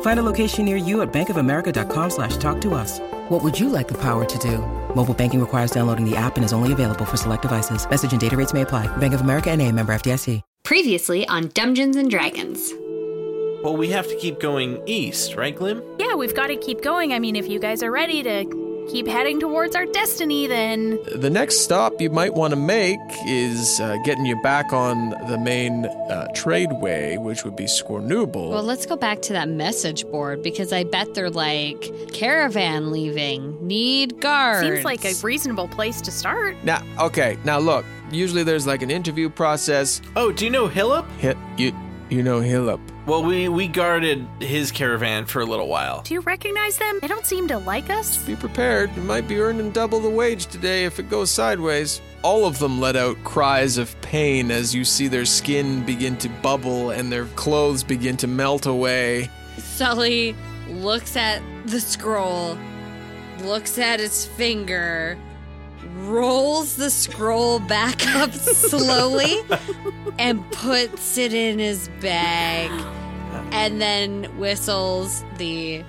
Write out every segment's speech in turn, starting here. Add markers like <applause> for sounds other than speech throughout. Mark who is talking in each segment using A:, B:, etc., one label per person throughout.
A: Find a location near you at bankofamerica.com slash talk to us. What would you like the power to do? Mobile banking requires downloading the app and is only available for select devices. Message and data rates may apply. Bank of America and a member FDIC.
B: Previously on Dungeons and Dragons.
C: Well, we have to keep going east, right, Glim?
D: Yeah, we've got to keep going. I mean, if you guys are ready to keep heading towards our destiny, then
E: The next stop you might want to make is uh, getting you back on the main uh, trade way, which would be Scornooble.
B: Well, let's go back to that message board because I bet they're like caravan leaving, need guards.
D: seems like a reasonable place to start.
E: now, okay, now look. Usually there's like an interview process.
C: Oh, do you know Hillip?
E: Hit you, you know Hillip.
C: Well, we we guarded his caravan for a little while.
D: Do you recognize them? They don't seem to like us.
E: Be prepared. You might be earning double the wage today if it goes sideways. All of them let out cries of pain as you see their skin begin to bubble and their clothes begin to melt away.
B: Sully looks at the scroll, looks at its finger, rolls the scroll back <laughs> up slowly, and puts it in his bag, and then whistles the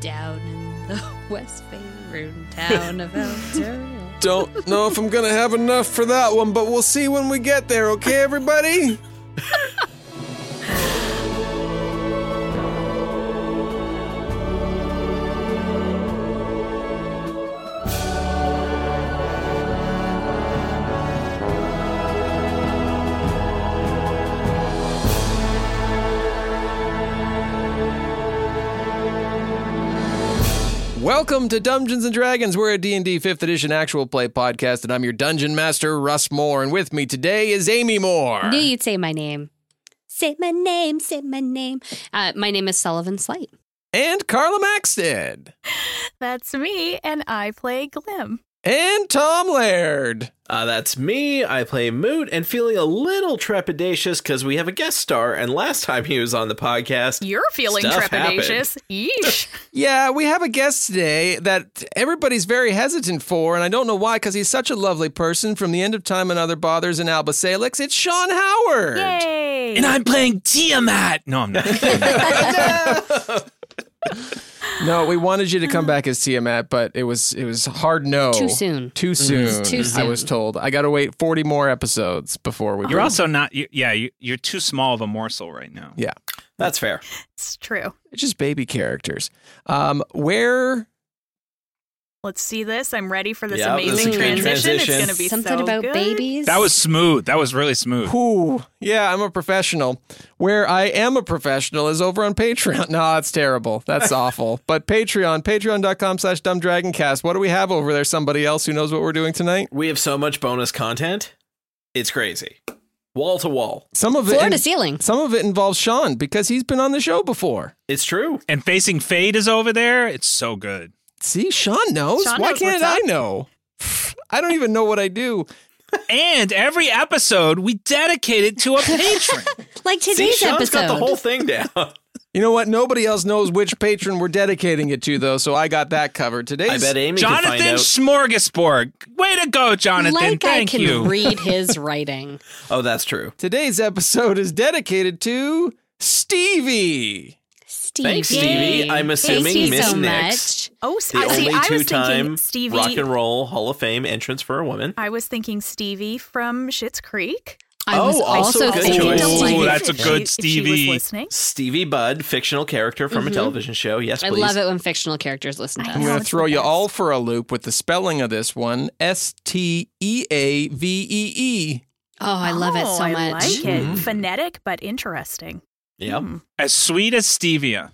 B: down in the <laughs> West Bay Rune town <laughs> of Eldoria.
E: Don't know if I'm gonna have enough for that one, but we'll see when we get there, okay, everybody? Welcome to Dungeons and Dragons. We're a D&D 5th edition actual play podcast and I'm your dungeon master Russ Moore and with me today is Amy Moore.
B: Knew you'd say my name. Say my name, say my name. Uh, my name is Sullivan Slight.
E: And Carla Maxted.
D: That's me, and I play Glim.
E: And Tom Laird.
C: Uh, that's me. I play Moot and feeling a little trepidatious because we have a guest star, and last time he was on the podcast.
D: You're feeling
C: Stuff
D: trepidatious. Yeesh.
E: Yeah, we have a guest today that everybody's very hesitant for and I don't know why cuz he's such a lovely person from the end of time and other bothers and Alba Salix. It's Sean Howard.
D: Yay.
F: And I'm playing Tiamat. No, I'm not.
E: No, we wanted you to come back as Tiamat, but it was it was hard no.
B: Too soon.
E: Too soon.
B: too
E: I was
B: soon.
E: told I got to wait 40 more episodes before we.
F: you're also not. You, yeah, you, you're too small of a morsel right now.
E: yeah,
C: That's fair.
D: it's true.
E: it's just baby characters. Um, where
D: Let's see this. I'm ready for this
C: Yeah, this
D: amazing
B: is a good
D: transition.
C: transition.
D: It's going to be
B: Something
D: so
B: about
D: good.
B: babies.
F: That was smooth. That was really smooth.
E: who? Yeah, I'm a professional. Where I am a professional is over on Patreon. <laughs> No, it's terrible.
D: <laughs>
E: That's awful. But Patreon, Patreon.com/slash Dumb Dragoncast. What do we have over there? Somebody else who knows what we're doing tonight.
C: We have so much bonus content. It's crazy. Wall to wall.
E: Some of it.
B: floor to ceiling.
E: Some of it involves Sean because he's been on the show before.
C: It's true.
F: And facing fate is over there. It's so good.
E: See, Sean knows.
D: Sean
E: Why
D: knows
E: can't
D: what's
E: I
D: up.
E: know? <sighs> I don't even know what I do.
F: And every episode we dedicate it to a patron.
B: Like
C: See,
B: today's
C: Sean's
B: episode.
C: got the whole thing down. <laughs>
E: You know what? Nobody else knows which patron we're dedicating it to, though, so I got that covered. Today's
C: I bet Amy can
F: Jonathan
C: find out.
F: Smorgasbord. Way to go, Jonathan.
B: like I
F: Thank
B: can
F: you.
B: read
C: <laughs>
B: his writing.
C: oh, that's true.
E: today's episode is dedicated to Stevie.
B: Stevie.
C: Thanks, Stevie. I'm assuming
B: Thank you
C: Miss
B: so
C: Nix.
B: much.
D: Oh,
C: The
D: see, I- see,
C: only
D: I was
C: two-time
D: thinking Stevie.
C: rock and roll Hall of Fame entrance for a woman.
D: I was thinking Stevie from Schitt's Creek.
B: I was
C: Oh, also
B: also,
C: good
B: thinking
C: choice.
B: of
F: Ooh,
B: like,
F: that's a good Stevie.
C: Stevie Budd, fictional character from a television show. Yes,
B: I
C: please.
B: love it when fictional characters listen to
D: I
E: I'm
D: know.
B: us.
E: going
D: it's
E: to
D: the
E: throw you
D: best.
E: all for a loop with the spelling of this one S T E A V E E.
B: Oh, I love it so
D: I
B: much.
D: like it. Phonetic, but interesting.
C: Yep.
D: Hmm.
F: As sweet as stevia.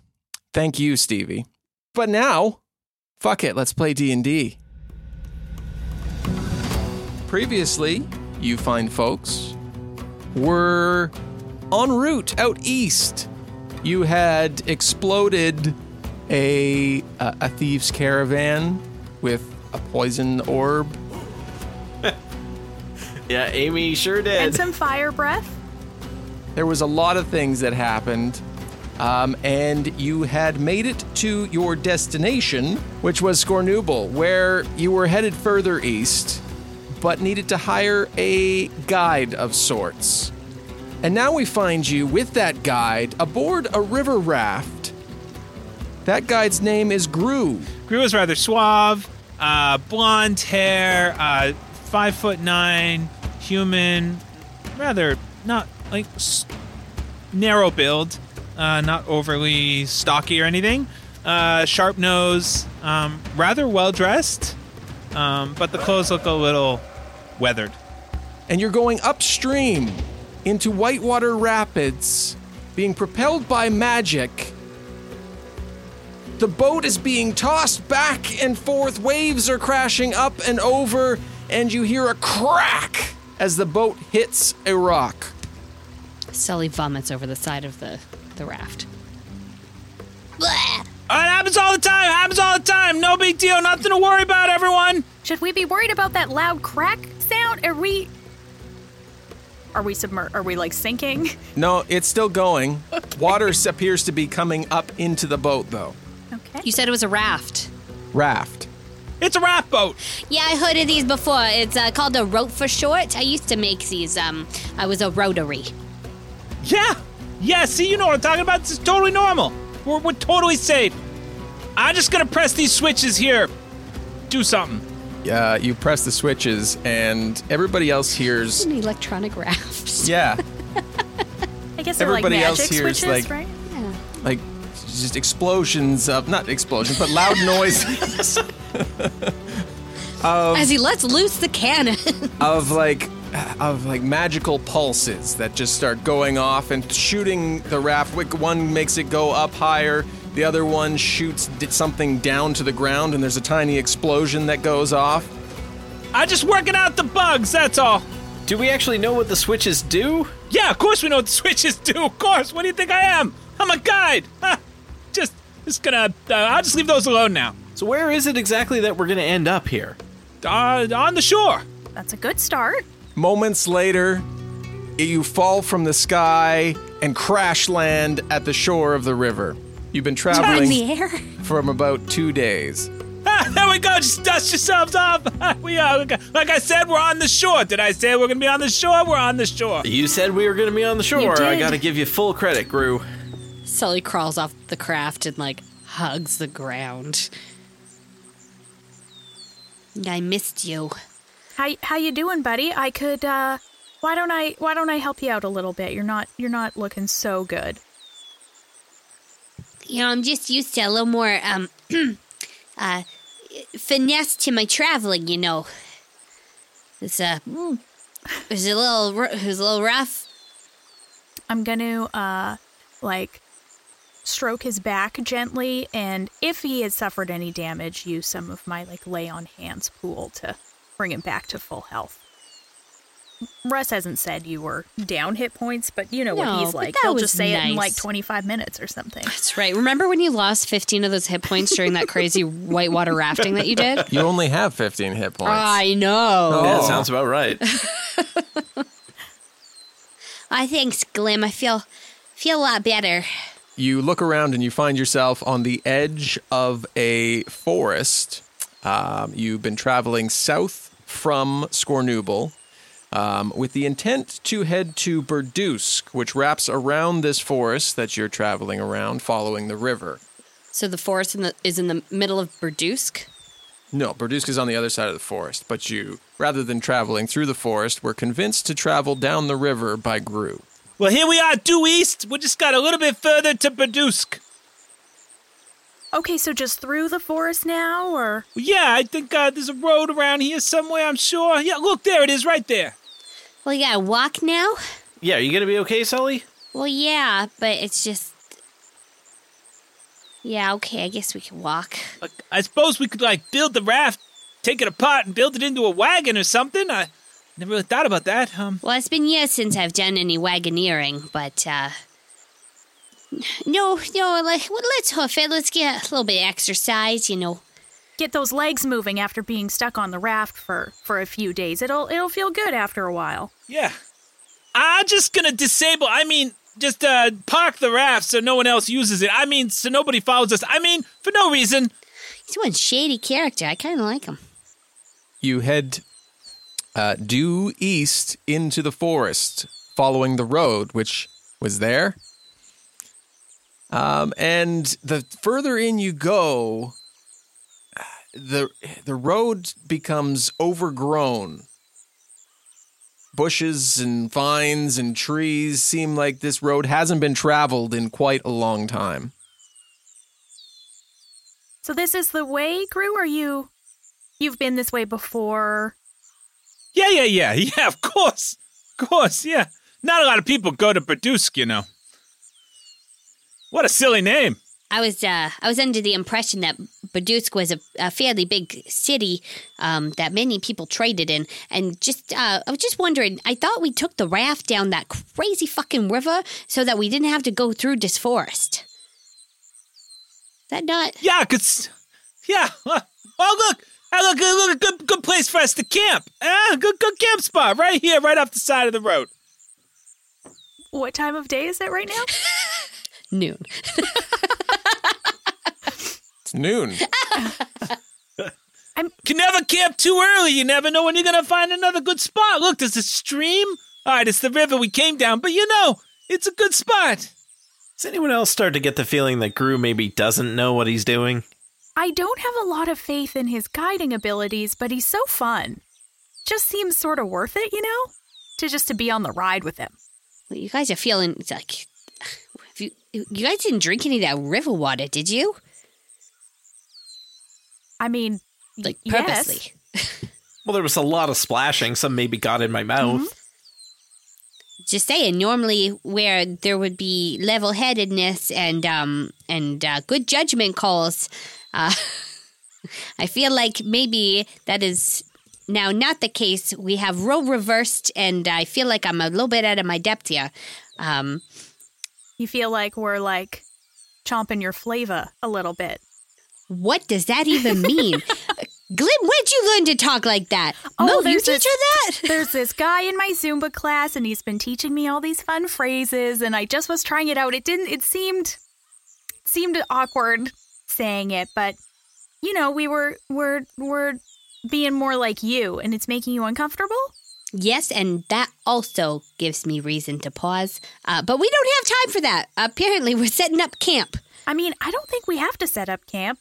E: Thank you, Stevie. But now, fuck it, let's play D&D. Previously, you find folks were en route out east. You had exploded a a, a thieves caravan with a poison orb.
C: Yeah, Amy sure
D: <laughs> And
C: did.
D: some fire breath.
E: There was a lot of things that happened. Um, and you had made it to your destination, which was Scornubel, where you were headed further east, but needed to hire a guide of sorts. And now we find you with that guide aboard a river raft. That guide's name is Gru.
F: Grew is rather suave, uh, blonde hair, uh, five foot nine, human, rather not like s- narrow build, uh, not overly stocky or anything. Uh, sharp nose, um, rather well dressed, um, but the clothes look a little weathered.
E: and you're going upstream into Whitewater Rapids, being propelled by magic. The boat is being tossed back and forth, waves are crashing up and over, and you hear a crack as the boat hits a rock.
B: Sully vomits over the side of the, the raft.
F: Oh, it happens all the time. Happens all the time. No big deal. Nothing to worry about, everyone.
D: Should we be worried about that loud crack sound? Are we? Are we submer? Are we like sinking? <laughs>
E: No, it's still going. Water s- appears to be coming up into the boat, though.
D: Okay.
B: You said it was a raft.
E: Raft.
F: It's a raft boat.
B: Yeah, I heard of these before. It's uh, called a rope for short. I used to make these. Um, I was a rotary.
F: Yeah. Yeah, see, you know what I'm talking about. This is totally normal. We're, we're totally safe. I'm just going to press these switches here. Do something.
E: Uh, you press the switches, and everybody else hears.
B: An electronic raft.
E: Yeah.
D: I guess they're
E: everybody
D: like
E: else
D: magic
E: here is
D: switches, right?
E: like- like just explosions of not explosions but loud <laughs> noises
B: As he lets loose the cannon.
E: of like of like magical pulses that just start going off and shooting the raft Wick- one makes it go up higher the other one shoots d- something down to the ground and there's a tiny explosion that goes off
F: I'm just working out the bugs, that's all.
C: Do we actually know what the switches do?
F: Yeah, of course we know what the <laughs> switches do. Of course. What do you think I am? I'm a guide. <laughs> Ha. just, just gonna. Uh, I'll just leave those alone now.
C: So where is it exactly that we're going to end up here?
F: Uh, on the shore. <laughs>
D: That's a good start.
E: moments later you fall from the sky and crash land at the shore of the river you've been traveling
B: air.
E: from about two days
F: Ah, there we go. Just dust yourselves off. <laughs> we are. Like I said, we're on the shore. Did I say we're gonna be on the shore? We're on the shore.
C: You said we were going to be on the shore. I
D: did.
C: got to give you full credit, Gru.
B: Sully crawls off the craft and like hugs the ground. I missed you.
D: How how you doing, buddy? I could. uh Why don't I? Why don't I help you out a little bit? You're not. You're not looking so good.
B: You know, I'm just used to a little more um <clears throat> uh finesse to my traveling, you know. It's uh it's a little ru- it was a little rough.
D: I'm gonna uh like stroke his back gently, and if he has suffered any damage, use some of my like lay on hands pool to bring him back to full health. Russ hasn't said you were down hit points, but you know
B: No,
D: what he's
B: but
D: like.
B: that
D: He'll
B: was
D: just say it in
B: nice.
D: like 25 minutes or something.
B: That's right. Remember when you lost 15 of those hit points during that <laughs> crazy whitewater rafting that you did?
E: you only have 15 hit points
B: I know.
C: Yeah, that sounds about right.
B: I Oh, thanks, Glim. I feel feel a lot better.
E: you look around and you find yourself on the edge of a forest. Um, you've been traveling south from Scornubel um, with the intent to head to Burdusk, which wraps around this forest that you're traveling around following the river.
B: So the forest in the, is in the middle of Burdusk.
E: No, Berduzka's on the other side of the forest, but you, rather than traveling through the forest, were convinced to travel down the river by Gru.
F: Well, here we are, due east. We just got a little bit further to Produsk.
D: Okay, so just through the forest now, or
F: Yeah, I think uh, there's a road around here somewhere, I'm sure. Yeah, look, there it is right there.
G: Well, you gotta walk now?
C: Yeah, you gonna be okay, Sully?
G: Well, yeah, but it's just. Yeah, okay, I guess we can walk.
F: Like, I suppose we could, like, build the raft, take it apart, and build it into a wagon or something. I never really thought about that. Um,
G: Well, it's been years since I've done any wagoneering, but, uh. No, no, like, well, let's hoof it. Let's get a little bit of exercise, you know.
D: get those legs moving after being stuck on the raft for for a few days? It'll it'll feel good after a while.
F: yeah. I'm just gonna disable, I mean, just uh, park the raft so no one else uses it. I mean, so nobody follows us. I mean, for no reason.
G: He's one shady character. I kind of like him.
E: You head uh, due east into the forest, following the road, which was there. Um, and the further in you go, uh, the the road becomes overgrown. Bushes and vines and trees seem like this road hasn't been traveled in quite a long time.
D: So this is the way, Gru. Are you? You've been this way before.
F: Yeah, yeah, yeah, <laughs> yeah. Of course, of course, yeah. Not a lot of people go to Produsk, you know. What a silly name.
G: I was uh, I was under the impression that Badutsk was a, a fairly big city um, that many people traded in, and just uh, I was just wondering. I thought we took the raft down that crazy fucking river so that we didn't have to go through this forest. Is that not?
F: Yeah, cause, yeah. uh, Oh, look, oh, look, uh, look, a good, good place for us to camp. Ah, good, good camp spot right here, right off the side of the road.
D: What time of day is it right now?
G: Noon.
E: It's noon.
F: Can never camp too early. You never know when you're gonna find another good spot. Look, there's a stream. All right, it's the river we came down, but you know, it's a good spot.
C: Does anyone else start to get the feeling that Gru maybe doesn't know what he's doing?
D: I don't have a lot of faith in his guiding abilities, but he's so fun. Just seems sort of worth it, you know, to just to be on the ride with him.
G: Well, you guys are feeling it's like <sighs> if you you guys didn't drink any of that river water, did you?
D: I mean, y-
G: Like
D: yes.
G: purposely.
C: Well, there was a lot of splashing. Some maybe got in my mouth.
G: just saying normally where there would be level-headedness and um and uh, good judgment calls uh, <laughs> i feel like maybe that is now not the case we have role reversed and i feel like i'm a little bit out of my depth here um
D: You feel like we're like chomping your flavor a little bit.
G: what does that even mean glim where'd you learn to talk like that
D: well,
G: Mo, Oh, you
D: Oh, there's
G: teach her that
D: <laughs> There's this guy in my Zumba class, and he's been teaching me all these fun phrases, and I just was trying it out. It didn't. It seemed it seemed awkward saying it, but you know, we were we're we're being more like you, and it's making you uncomfortable.
G: Yes, and that also gives me reason to pause. Uh, but we don't have time for that. Apparently, we're setting up camp.
D: I mean, I don't think we have to set up camp.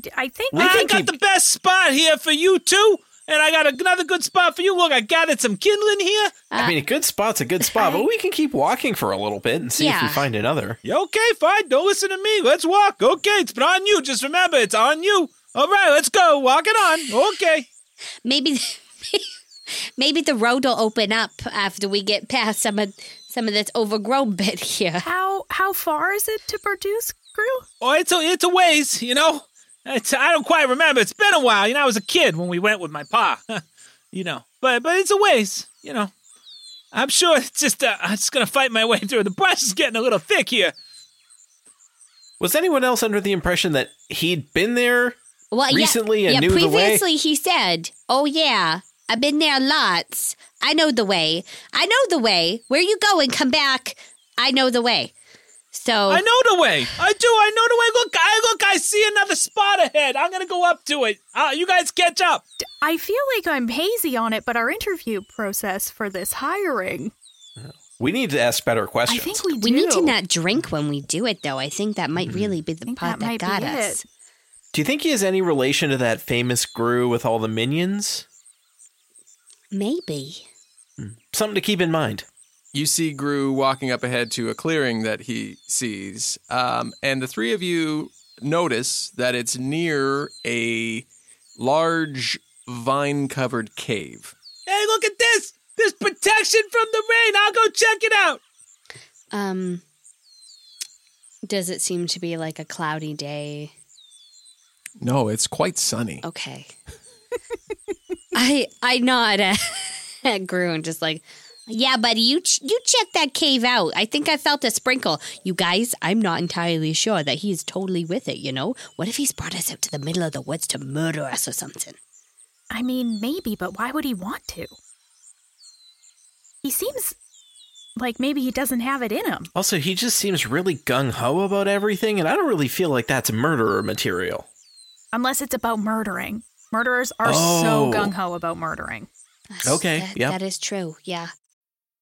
D: D- I think
C: We
F: I
C: can
F: got
C: keep-
F: the best spot here for you too, and I got another good spot for you. Look, I gathered some kindling here.
C: I mean, a good spot's a good spot, but we can keep walking for a little bit and see if we
G: Yeah.
C: find another.
F: Yeah, okay, fine. Don't listen to me. Let's walk. Okay, it's been on you. Just remember, it's on you. All right, let's go. Walk it on. Okay.
G: Maybe, <laughs> maybe the road will open up after we get past some of some of this overgrown <laughs> bit here.
D: how how far is it to produce crew?
F: Oh, it's a, it's a ways, you know. It's, I don't quite remember. It's been a while. You know, I was a kid when we went with my pa. <laughs> you know, but but it's a ways, you know. I'm sure it's just uh, I'm just gonna fight my way through. The brush is getting a little thick here.
C: Was anyone else under the impression that he'd been there?
G: Well,
C: Recently
G: yeah,
C: and
G: yeah,
C: knew the way?
G: previously he said, "Oh yeah, I've been there lots. I know the way. I know the way. Where you go and come back, I know the way." So
F: I know the way. I do. I know the way. Look, I look. I see another spot ahead. I'm gonna go up to it. Uh, you guys catch up.
D: I feel like I'm hazy on it, but our interview process for this hiring,
C: We need to ask better
D: I
C: questions.
D: think we do.
C: Mm-hmm.
G: we need to not drink when we do it, though. I think that might really be the
D: think
G: part
D: that
G: that,
D: might
G: got
D: be
G: us.
D: it.
C: Do you think he has any relation to that famous Gru with all the minions?
G: Maybe.
C: Something to keep in mind.
E: You see Gru walking up ahead to a clearing that he sees, um, and the three of you notice that it's near a large vine-covered cave.
F: Hey, look at this! There's protection from the rain. I'll go check it out.
G: Um does it seem to be like a cloudy day?
E: No, it's quite sunny.
G: Okay. <laughs> I I nod at, <laughs> at Gru and just like, yeah, buddy, you ch- you check that cave out. I think I felt a sprinkle. You guys, I'm not entirely sure that he's totally with it. You know, what if he's brought us out to the middle of the woods to murder us or something?
D: I mean, maybe, but why would he want to? He seems like maybe he doesn't have it in him.
C: Also, he just seems really gung ho about everything, and I don't really feel like that's murderer material.
D: Unless it's about murdering. Murderers are
C: Oh.
D: so gung ho about murdering.
C: Okay,
G: That-
C: yeah.
G: that is true. Yeah,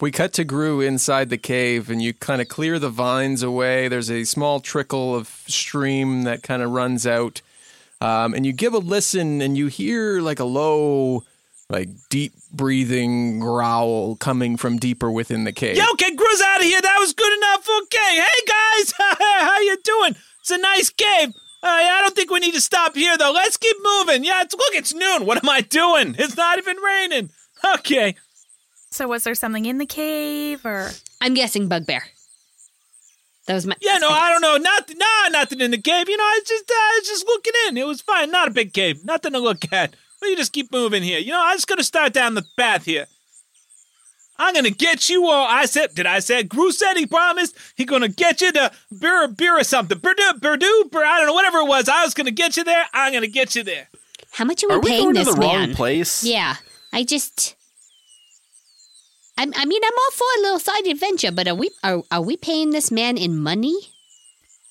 E: We cut to Gru inside the cave, and you kind of clear the vines away. There's a small trickle of stream that kind of runs out, um, and you give a listen, and you hear like a low, like deep breathing growl coming from deeper within the cave.
F: Yo, get Gru's out of here. That was good enough. Okay. Hey, guys. How you doing? It's a nice cave. Uh, I don't think we need to stop here, though. Let's keep moving. Yeah, it's, look, it's noon. What am I doing? It's not even raining. Okay.
D: So was there something in the cave or
G: I'm guessing Bugbear. That was my
F: Yeah, no, I don't know. Nothing. Nah, nothing in the cave. You know, I was just, uh, I was just looking in. It was fine. Not a big cave. Nothing to look at. We just keep moving here. You know, I'm just gonna start down the path here. I'm gonna get you all. I said, did I say? Gru said he promised he gonna get you to Bira Bira something. Burdu Burdu. Bur- I don't know. Whatever it was, I was gonna get you there. I'm gonna get you there.
G: How much are we
C: Are we
G: paying
C: going to
G: this
C: the
G: man?
C: wrong place?
G: Yeah, I just. I'm, I mean, I'm all for a little side adventure, but are we are, are we paying this man in money?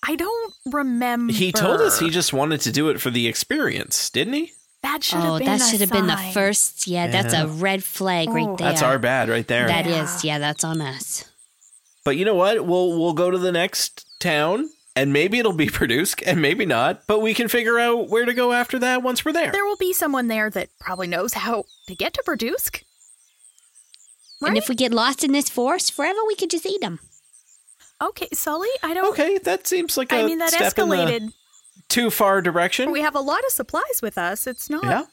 D: I don't remember.
C: He told us he just wanted to do it for the experience, didn't he?
D: that should have
G: Oh,
D: been
G: that
D: a
G: should have been the
D: sign.
G: first. Yeah, that's a red flag right
D: Oh.
G: there.
C: That's our bad right there.
G: That
D: Yeah.
G: is, yeah, that's on us.
C: But you know what? We'll we'll go to the next town and maybe it'll be <laughs> Produsk and maybe not, but we can figure out where to go after that once we're there.
D: There will be someone there that probably knows how to get to Produsk.
G: And if we get lost in this forest forever, we could just eat them.
D: Okay, Sully, I don't.
C: Okay, that seems like a
D: I mean, that
C: step in the
D: escalated.
C: too far direction.
D: We have a lot of supplies with us. It's not.
C: yeah.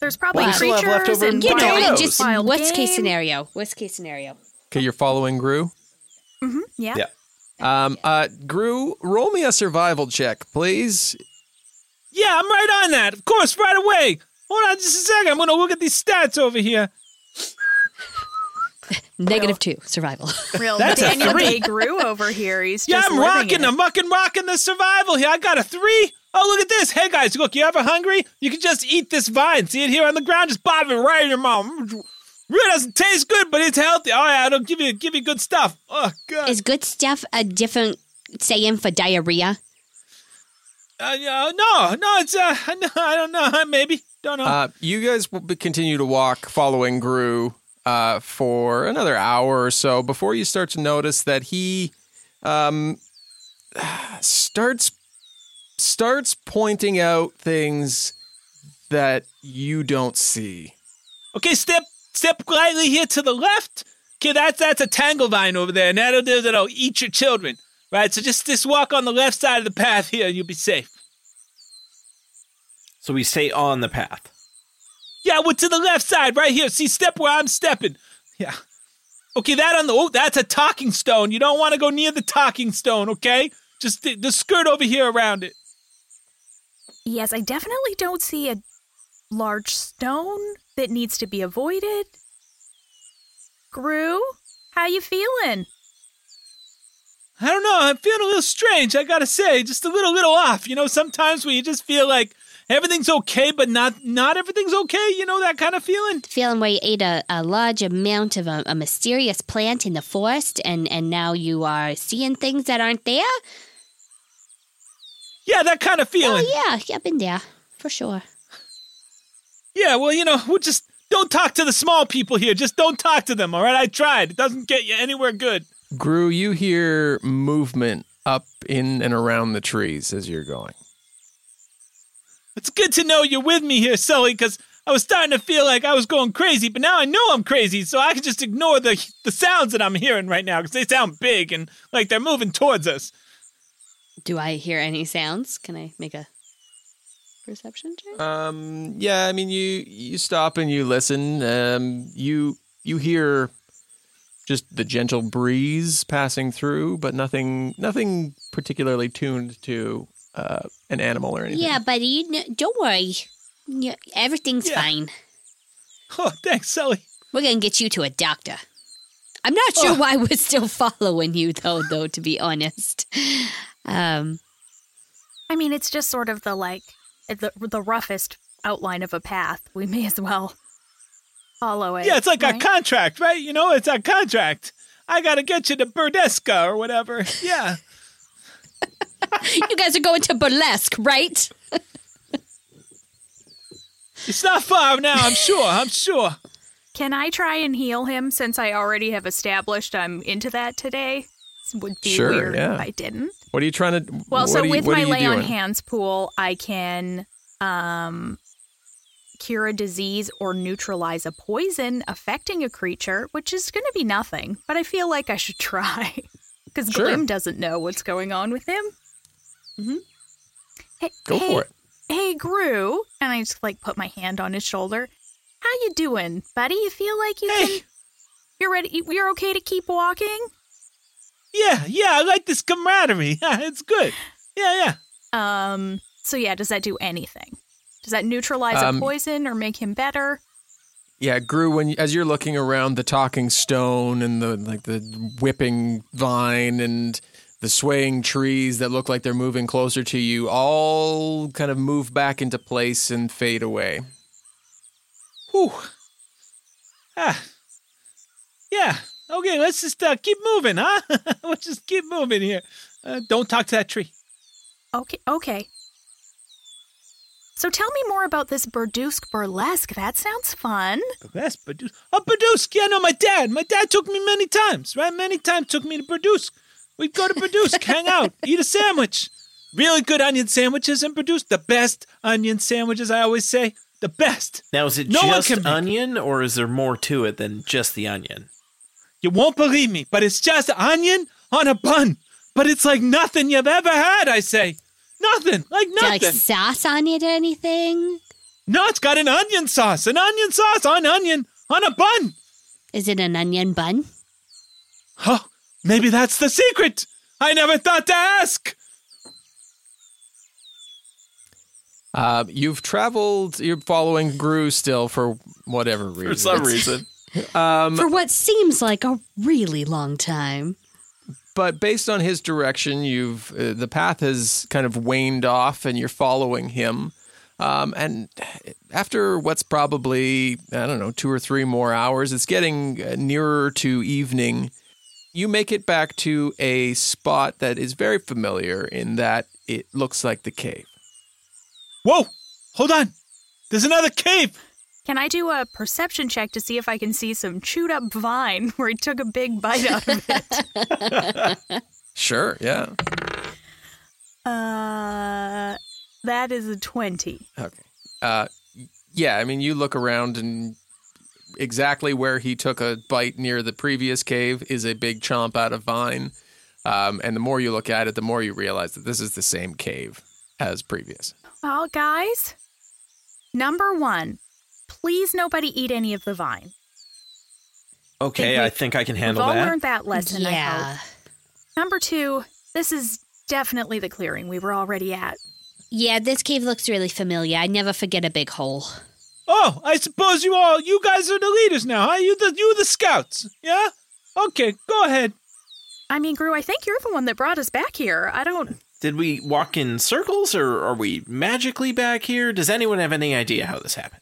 D: There's probably
C: Well, we still
D: creatures
C: have leftover
D: and
C: You
G: You
D: wild,
G: know, I
C: Potatoes.
G: just
D: wild
G: worst
D: game.
G: case scenario. Worst case scenario.
E: Okay, you're following Gru.
D: Mm-hmm. Yeah.
C: Yeah.
E: Um, uh, Gru, roll me a survival check, please.
F: Yeah, I'm right on that. Of course, right away. Hold on just a second. I'm gonna look at these stats over here.
G: Negative two survival.
D: Real
F: That's a
D: Daniel
F: three.
D: Day Grew over here. He's
F: Yeah,
D: just
F: I'm
D: living
F: rocking.
D: it.
F: I'm fucking rocking the survival here. I got a three. Oh, look at this. Hey, guys, look, you ever hungry? You can just eat this vine. See it here on the ground? Just bob it right in your mouth. Mm, Really doesn't taste good, but it's healthy. Oh, yeah, it'll give you, give you good stuff. Oh, God.
G: is good stuff a different saying for diarrhea?
F: Uh, yeah, no, no, it's, uh, <laughs> no, I don't know. huh, Maybe. Don't know.
E: Uh, you guys will be- continue to walk following Gru uh, for another hour or so before you start to notice that he um, starts starts pointing out things that you don't see.
F: Okay, step step lightly here to the left. Okay, that's that's a tangle vine over there, and that'll do that'll eat your children. Right, so just just walk on the left side of the path here, and you'll be safe.
C: So we stay on the path.
F: Yeah, well, to the left side, right here. See, step where I'm stepping. Yeah. Okay, that on the oh, that's a talking stone. You don't want to go near the talking stone, okay? Just the, the skirt over here around it.
D: Yes, I definitely don't see a large stone that needs to be avoided. Gru, how you feeling?
F: I don't know. I'm feeling a little strange. I gotta say, just a little, little off. You know, sometimes when you just feel like everything's okay, but not, not everything's okay. You know that kind of feeling.
G: Feeling where you ate a, a large amount of a, a mysterious plant in the forest, and, and now you are seeing things that aren't there?
F: Yeah, that kind of feeling.
G: Oh, yeah. I've been there, for sure.
F: Yeah, well, you know, we'll just don't talk to the small people here. Just don't talk to them, all right? I tried. It doesn't get you anywhere good.
E: Gru, you hear movement up in and around the trees as you're going.
F: It's good to know you're with me here, Sully, because I was starting to feel like I was going crazy, but now I know I'm crazy, so I can just ignore the the sounds that I'm hearing right now because they sound big and like they're moving towards us.
G: Do I hear any sounds? Can I make a perception check?
E: Um, yeah, I mean, you you stop and you listen. Um, you you hear just the gentle breeze passing through, but nothing nothing particularly tuned to uh, an animal or anything.
G: yeah, buddy, you know, don't worry. Yeah, everything's
F: Yeah.
G: fine.
F: Oh, thanks, Sully.
G: We're going to get you to a doctor. I'm not
F: Oh.
G: sure why we're still <laughs> following you, though, though, to be honest. Um,
D: I mean, it's just sort of the like the, the roughest outline of a path. We may as well <laughs> follow it.
F: Yeah, it's like
D: right?
F: our contract, right? You know, it's our contract. I gotta get you to Burdesca or whatever. Yeah.
G: you guys are going to burlesque, right?
F: It's not far now, I'm sure. I'm sure.
D: Can I try and heal him since I already have established I'm into that today? This would be
E: Sure,
D: weird
E: yeah.
D: if I didn't.
E: What are you trying to?
D: Well,
E: what
D: so
E: are you,
D: with
E: what
D: my
E: are you
D: lay
E: doing?
D: on hands pool, I can um, cure a disease or neutralize a poison affecting a creature, which is going to be nothing. But I feel like I should <laughs> try because
E: Sure.
D: Glim doesn't know what's going on with him. Mm-hmm. Hey,
E: Go
D: hey,
E: for it.
D: Hey, Gru, and I just like put my hand on his shoulder. How you doing, buddy? You feel like you
F: Hey.
D: can? You're ready. you- You're okay to keep walking.
F: Yeah, yeah, I like this camaraderie. Yeah, it's good. Yeah, yeah.
D: Um. So yeah, does that do anything? Does that neutralize
E: Um,
D: a poison or make him better?
E: Yeah, Gru. When you- as you're looking around the talking stone and the like, the whipping vine and the swaying trees that look like they're moving closer to you, all kind of move back into place and fade away.
F: Whew. Ah. Yeah. Okay, let's just uh, keep moving, huh? let's just keep moving here. Uh, don't talk to that tree.
D: Okay. Okay. So tell me more about this Burdusque burlesque. That sounds fun.
F: That's Badoosk. Oh, Badoosk. Yeah, no, my dad. My dad took me many times, right? Many times took me to Badoosk. We'd go to Badoosk, hang out, eat a sandwich. Really good onion sandwiches in Badoosk. The best onion sandwiches, I always say. The best.
C: Now, is it
F: No one can
C: just
F: make-
C: onion, or is there more to it than just the onion?
F: You won't believe me, but it's just onion on a bun. But it's like nothing you've ever had, I say. Nothing. Like
G: Is there, like
F: nothing.
G: sauce on it or anything?
F: no, it's got an onion sauce. An onion sauce on onion on a bun.
G: Is it an onion bun?
F: Oh, maybe that's the secret. I never thought to ask.
E: Uh, you've traveled. You're following Gru still for whatever reason.
C: For some reason.
G: For what seems like a really long time.
E: but based on his direction, you've uh, the path has kind of waned off, and you're following him. Um, and after what's probably I don't know two or three more hours, it's getting uh, nearer to evening. You make it back to a spot that is very familiar in that it looks like the cave.
F: Whoa! Hold on. There's another cave.
D: Can I do a perception check to see if I can see some chewed up vine <laughs> where he took a big bite out of it?
E: Sure, yeah,
D: Uh, that is a twenty.
E: okay, uh, yeah. I mean, you look around and exactly where he took a bite near the previous cave is a big chomp out of vine. Um, and the more you look at it, the more you realize that this is the same cave as previous.
D: Well, guys, number one, please nobody eat any of the vine.
C: <laughs> Okay,
D: Think we-
C: I think I can handle
D: We've all
C: that.
D: learned that lesson. I hope.
G: yeah.
D: Number two, this is definitely the clearing we were already at.
G: Yeah, this cave looks really familiar. I never forget a big hole.
F: Oh, I suppose you all, you guys are the leaders now, huh? You the you the scouts, yeah? Okay, go ahead.
D: I mean, Gru, I think you're the one that brought us back here. I don't.
C: Did we walk in circles or are we magically back here? Does anyone have any idea how this happened?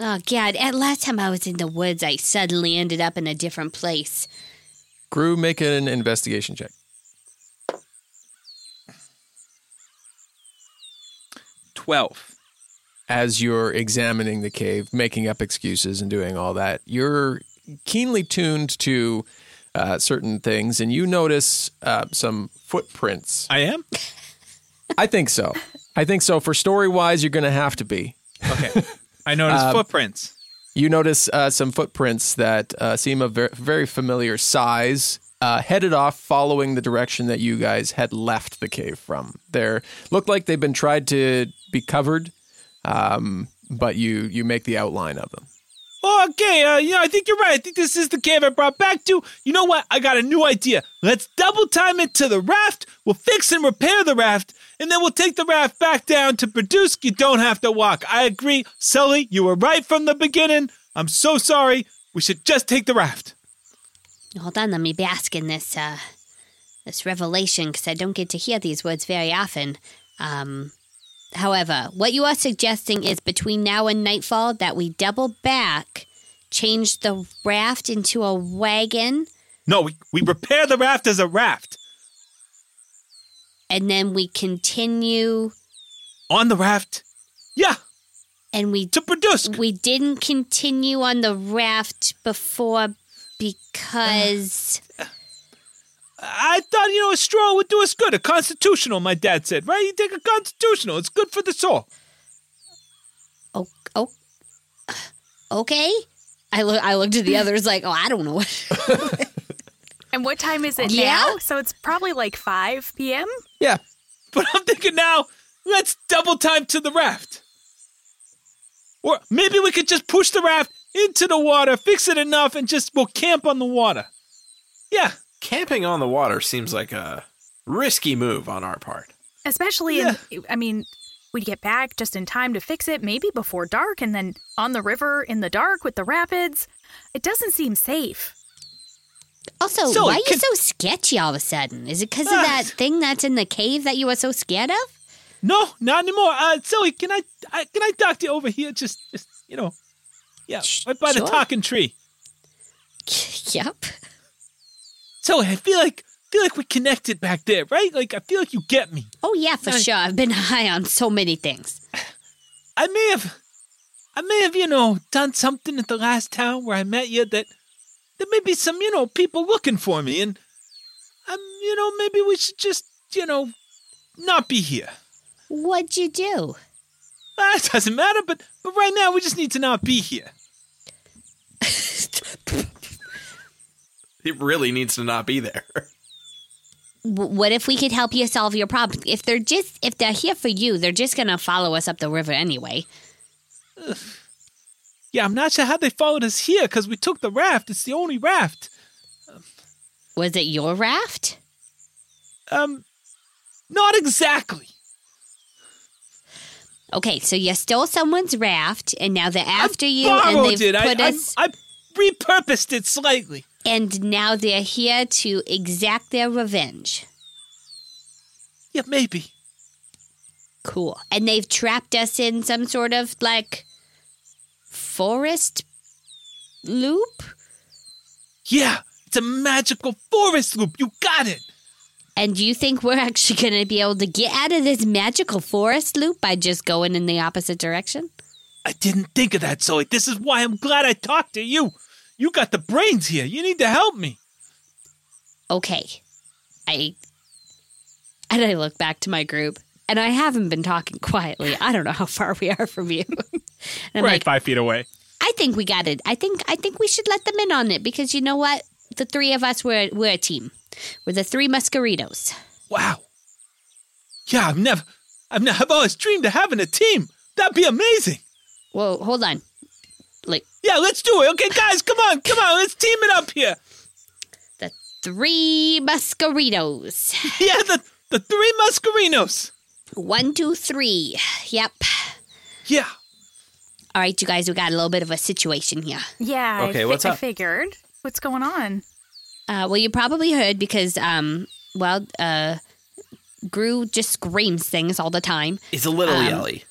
G: Oh, God. At last time I was in the woods, I suddenly ended up in a different place.
E: Gru, make an investigation check.
F: 12.
E: As you're examining the cave, making up excuses and doing all that, you're keenly tuned to uh, certain things, and you notice uh, some footprints.
F: I am?
E: I think so. I think so. For story wise, you're going to have to be.
F: Okay. I noticed footprints.
E: You notice uh, some footprints that uh, seem of ver- very familiar size, uh, headed off following the direction that you guys had left the cave from. They look like they've been tried to be covered, um, but you you make the outline of them.
F: Okay, uh, you know, I think you're right. I think this is the cave I brought back to. You know what? I got a new idea. Let's double time it to the raft. We'll fix and repair the raft, and then we'll take the raft back down to Produsk. You don't have to walk. I agree. Sully, you were right from the beginning. I'm so sorry. We should just take the raft.
G: Hold on, let me bask in this, uh, this revelation because I don't get to hear these words very often. Um, however, what you are suggesting is between now and nightfall that we double back, change the raft into a wagon,
F: No, we, we repair the raft as a raft.
G: and then we continue.
F: On the raft. Yeah,
G: And we
F: to Produsk.
G: we didn't continue on the raft before because
F: I thought, you know, a straw would do us good. A constitutional, my dad said, right? You take a constitutional, it's good for the soul.
G: oh oh okay. I look. I looked at the others like, oh, I don't know.
D: And what time is it
G: Yeah?
D: now? So it's probably like 5 p.m.
E: Yeah,
F: But I'm thinking now, let's double time to the raft. Or maybe we could just push the raft into the water, fix it enough, and just we'll camp on the water. Yeah.
C: Camping on the water seems like a risky move on our part.
D: Especially, in, I mean, we'd get back just in time to fix it, maybe before dark, and then on the river in the dark with the rapids. It doesn't seem safe.
G: <laughs> Also,
F: So
G: why are
F: it
G: you
F: could-
G: so sketchy all of a sudden? Is it because of
F: Ah.
G: that thing that's in the cave that you were so scared
F: <laughs>
G: of?
F: No, not anymore. Uh, Zoe, can I, I can I talk to you over here? Just, just you know, yeah,
G: Sh-
F: right by the
G: sure.
F: talking tree.
G: yep.
F: Zoe, I feel like feel like we connected back there, right? Like I feel like you get me.
G: Oh yeah, for sure. I've been <laughs> high on so many things.
F: I may have, I may have, you know, done something at the last town where I met you that there may be some, you know, people looking for me, and um, you know, maybe we should just, you know, not be here.
G: What'd you do?
F: Ah, it doesn't matter, but but right now we just need to not be here.
C: It really needs to not be there. <laughs>
G: W- What if we could help you solve your problem? If they're just if they're here for you, they're just gonna follow us up the river anyway.
F: Yeah, I'm not sure how they followed us here because we took the raft. It's the only raft.
G: Was it your raft?
F: Um, not exactly.
G: Okay, so you stole someone's raft, and now they're after you, and
F: Borrowed
G: they've
F: it. I,
G: put us,
F: I, I repurposed it slightly.
G: and now they're here to exact their revenge.
F: Yeah, maybe.
G: Cool. And they've trapped us in some sort of like forest loop.
F: Yeah, it's a magical forest loop. You got it.
G: And you think we're <laughs> actually going to be able to get out of this magical forest loop by just going in the opposite direction?
F: I didn't think of that, Sully. This is why I'm glad I talked to you. You got the brains here. You need to help me.
G: Okay. I. And I look back to my group, and I haven't been talking quietly. I don't know how far we are from you. <laughs> and I'm like,
F: five feet away.
G: I think we got it. I think I think we should let them in on it because you know what? The three of us we're we're a team. We're the three Muscaritos.
F: Wow. Yeah, I've never, I've, never, I've always dreamed of having a team. That'd be amazing.
G: Whoa, hold on. Like
F: Yeah, let's do it. Okay, guys, come on, come on. Let's team it up here.
G: the three Muscaritos.
F: Yeah, the, the three Muscarinos.
G: One, two, three. Yep.
F: Yeah.
G: All right, you guys, we got a little bit of a situation here.
D: Yeah. I
C: Okay,
D: fi-
C: what's
D: I
C: up?
D: figured. What's going on?
G: Uh, well, you probably heard because, um, well, uh, Gru just screams things all the time.
C: He's a little yelly.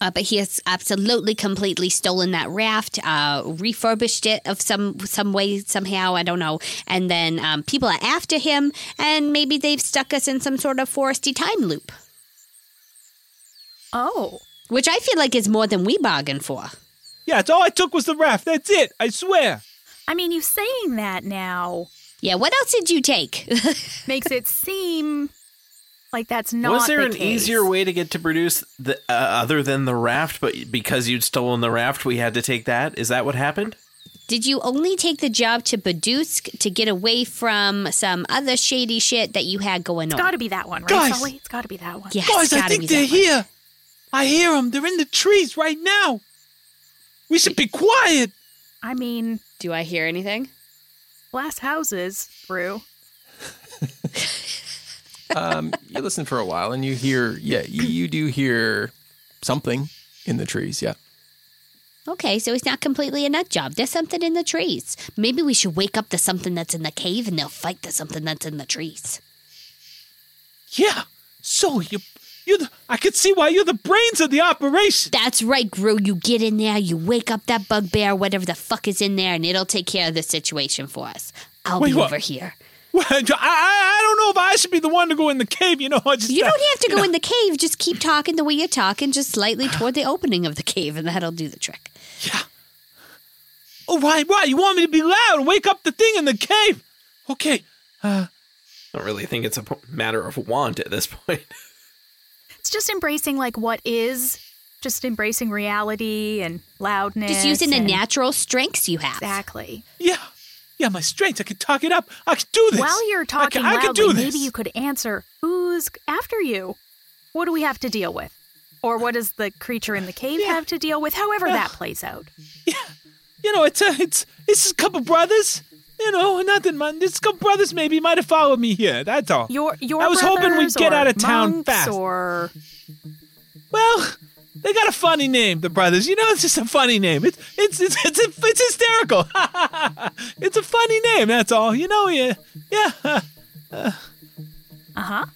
G: Uh, but he has absolutely completely stolen that raft, uh, refurbished it of some some way somehow. I don't know. And then um, people are after him, and maybe they've stuck us in some sort of foresty time loop,
D: Oh.
G: which I feel like is more than we bargained for.
F: Yeah, it's all I took was the raft. That's it. I swear.
D: I mean, you saying that now
G: Yeah, what else did you take? <laughs>
D: makes it seem like that's not
C: Was there
D: the
C: an
D: case.
C: easier way to get to produce the, uh, other than the raft? But because you'd stolen the raft, we had to take that. Is that what happened?
G: Did you only take the job to Badoosk to get away from some other shady shit that you had going
D: It's
G: on?
D: got to be that one, right,
F: Guys.
D: Sully? It's got to be that one.
G: Yes,
F: Guys, I
G: gotta
F: think
G: be that
F: they're
G: one.
F: here. I hear them. They're in the trees right now. We should be quiet.
D: I mean,
G: Do I hear anything?
D: glass houses, Brew.
E: Um, you listen for a while and you hear, yeah, you, you do hear something in the trees. Yeah.
G: Okay, so it's not completely a nut job. There's something in the trees. Maybe we should wake up the something that's in the cave and they'll fight the something that's in the trees.
F: Yeah. So you, you, the I could see why you're the brains of the operation. <laughs>
G: That's right, Gru. You get in there, you wake up that bugbear, whatever the fuck is in there, and it'll take care of the situation for us. I'll
F: Wait,
G: be
F: what?
G: over here.
F: Well, I, I, I don't know if I should be the one to go in the cave. You know, I just
G: You don't have
F: <laughs>
G: to go in the cave. Just keep talking the way you're talking, just slightly toward the opening of the cave, and that'll do the trick.
F: Oh, right, right. You want me to be loud and wake up the thing in the cave? Okay.
C: I don't really think it's a p- matter of want at this point. <laughs>
D: It's just embracing like what is, just embracing reality and loudness.
G: Just using the
D: and-
G: natural strengths you have.
F: <laughs>
D: Exactly.
F: Yeah. Yeah, my strength. I could talk it up. I could do this.
D: While you're talking
F: I could,
D: loudly,
F: I could do this.
D: maybe you could answer who's after you. What do we have to deal with? Or what does the creature in the cave have to deal with? However that plays out.
F: you know, it's a, it's it's a couple brothers. You know, nothing, man. This couple brothers maybe might have followed me here. That's all.
D: Your your
F: I was hoping we'd
D: brothers
F: get
D: or
F: out of town
D: monks
F: fast.
D: Or
F: Well, they got a funny name, the brothers. You know, it's just a funny name. It's it's it's it's, it's hysterical. <laughs> it's a funny name. That's all. You know, yeah, yeah.
D: uh-huh.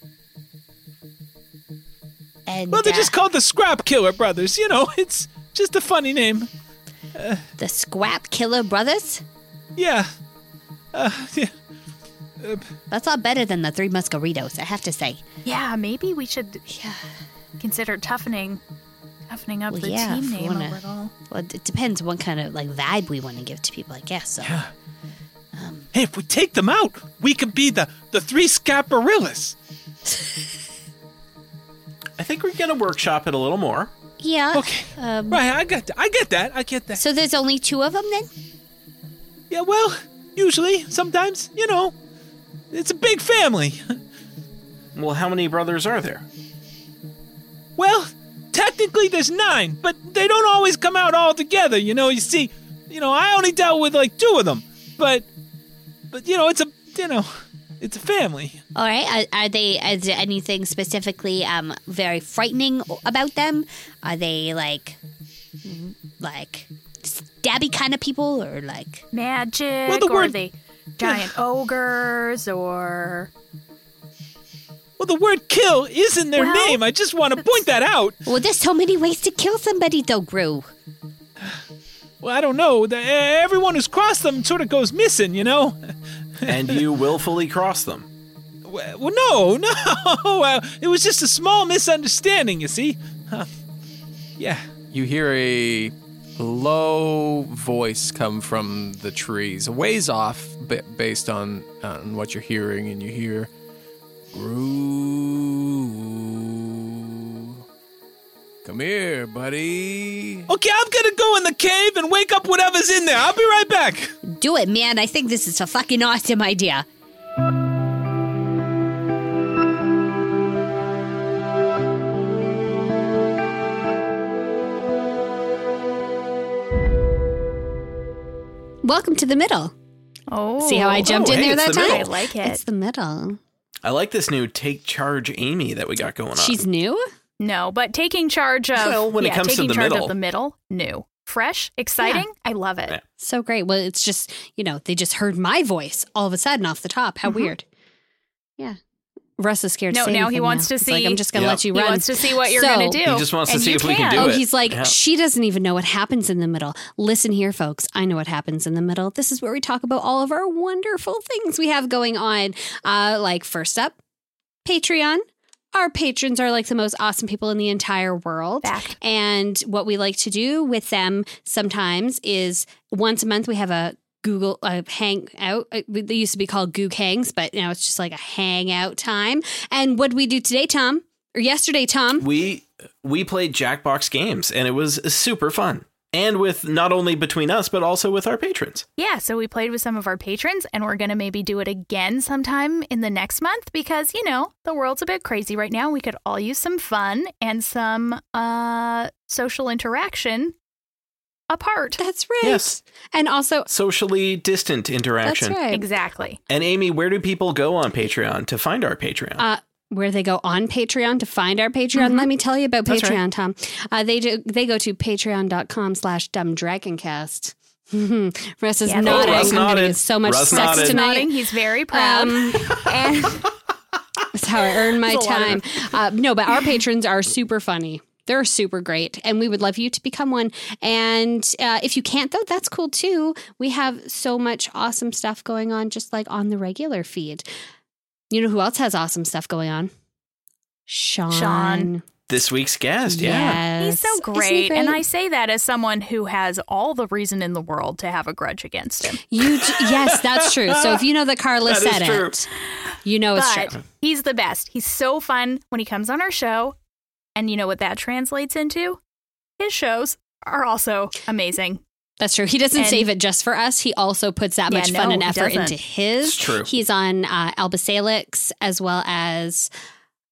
G: And
F: Well, they're
G: uh,
F: just called the Scrap Killer Brothers. You know, it's just a funny name.
G: the Squap Killer Brothers?
F: Yeah. Uh, yeah.
G: That's a lot better than the Three Muscaritos, I have to say.
D: Yeah, maybe we should consider toughening toughening up
G: Well,
D: the
G: yeah,
D: team
G: if we
D: name
G: wanna-
D: a little.
G: Well, it depends what kind of like vibe we want to give to people, I guess. So.
F: Hey, if we take them out, we could be the the three Scaparillas.
C: I think we're gonna workshop it a little more.
G: Yeah.
F: Okay.
G: Um,
F: Right, I got that. I get that. I get that.
G: So there's only two of them then?
F: Yeah, well, usually, sometimes, you know, it's a big family.
C: Well, how many brothers are there? <laughs>
F: Well, technically there's nine, but they don't always come out all together. You know, you see, you know, I only dealt with like two of them, but, but you know, it's a, you know, it's a family.
G: All right. Are, are they? Is there anything specifically um very frightening about them? Are they like like stabby kind of people or like?
D: Magic
F: Well, the
D: or
F: word-
D: the giant ogres or
F: Well, the word "kill" isn't their
D: Well,
F: name. I just want to point that out.
G: Well, there's so many ways to kill somebody though, Gru.
F: Well, I don't know. The, everyone who's crossed them sort of goes missing. You know.
C: And you willfully cross them.
F: Well, well, no, <laughs> no. Uh, it was just a small misunderstanding, you see. Huh. Yeah.
E: You hear a low voice come from the trees, a ways off, ba- based on on what you're hearing, and you hear, "Gru, come here, buddy."
F: Okay, I'm gonna go in the cave and wake up whatever's in there. I'll be right back.
G: Do it, man. I think this is a fucking awesome idea. Welcome to the middle.
D: Oh.
G: See how I jumped
C: Oh,
G: in
C: hey,
G: there
C: it's
G: that
C: the
G: time?
C: middle.
D: I like it.
G: It's the middle.
C: I like this new take charge Amy that we got going on.
G: She's new?
D: No, but taking charge of
C: Well, when it
D: yeah,
C: comes to
D: taking
C: the
D: charge
C: middle.
D: of the middle, new. fresh, exciting. I love it.
C: Yeah.
G: So great. Well, it's just, you know, they just heard my voice all of a sudden off the top. How weird. Yeah. Russ is scared.
D: Mm-hmm. No,
G: to say
D: now he
G: anything
D: wants to
G: He's like,
D: see-
G: I'm just going to
C: Yeah.
G: let you
D: He
G: run.
D: wants to see what you're
G: So-
D: going to do.
C: He just wants to
D: and
C: see
D: you
C: if we can do
G: Oh,
C: it.
G: he's like,
C: Yeah.
G: she doesn't even know what happens in the middle. Listen here, folks. I know what happens in the middle. This is where we talk about all of our wonderful things we have going on. Uh, like, first up, Patreon. Our patrons are like the most awesome people in the entire world.
D: Fact.
G: And what we like to do with them sometimes is once a month we have a Google uh, hangout. Uh, They used to be called Goog Hangs, but now it's just like a hangout time. And what we do today, Tom, or yesterday, Tom,
C: we we played Jackbox games and it was super fun. And with not only between us but also with our patrons.
D: Yeah, so we played with some of our patrons, and we're going to maybe do it again sometime in the next month because, you know, the world's a bit crazy right now. We could all use some fun and some uh, social interaction apart.
G: That's right.
C: Yes.
G: And also,
C: Socially distant interaction.
G: that's right.
D: Exactly.
C: And Amy, where do people go on Patreon to find our Patreon?
G: Uh, where they go on Patreon to find our Patreon. Let me tell you about
C: Mm-hmm. That's
G: Patreon,
C: right.
G: Tom. Uh, they do. They go to patreon.com slash dumbdragoncast. <laughs> Russ is
D: Yeah, they
G: nodding.
D: do.
G: I'm
D: Russ
G: gonna
C: nodded.
G: get so much
C: Russ
G: sex
C: nodded.
D: He's
G: tonight.
D: nodding. He's very proud.
G: Um,
D: <laughs>
G: and that's how I earn my
D: It's a lot
G: time.
D: of-
G: Uh, no, but our patrons are super funny. They're super great, and we would love you to become one. And uh, if you can't, though, that's cool too. We have so much awesome stuff going on, just like on the regular feed. You know who else has awesome stuff going on? Sean.
D: Sean.
C: this week's guest, yeah.
D: He's so
G: Yes. Isn't he
D: great. And I say that as someone who has all the reason in the world to have a grudge against him.
G: you. j- Yes, that's true. So if you know that Carla
C: <laughs> That is
G: said
C: true.
G: it, you
C: Oh,
G: know it's
D: but
G: true.
D: he's the best. He's so fun when he comes on our show. And you know what that translates into? His shows are also amazing.
G: That's true. He doesn't
D: And-
G: save it just for us. He also puts that
D: Yeah,
G: much fun
D: no,
G: and
D: he
G: effort
D: doesn't.
G: into his.
C: It's true.
G: He's on uh, Alba Salix as well as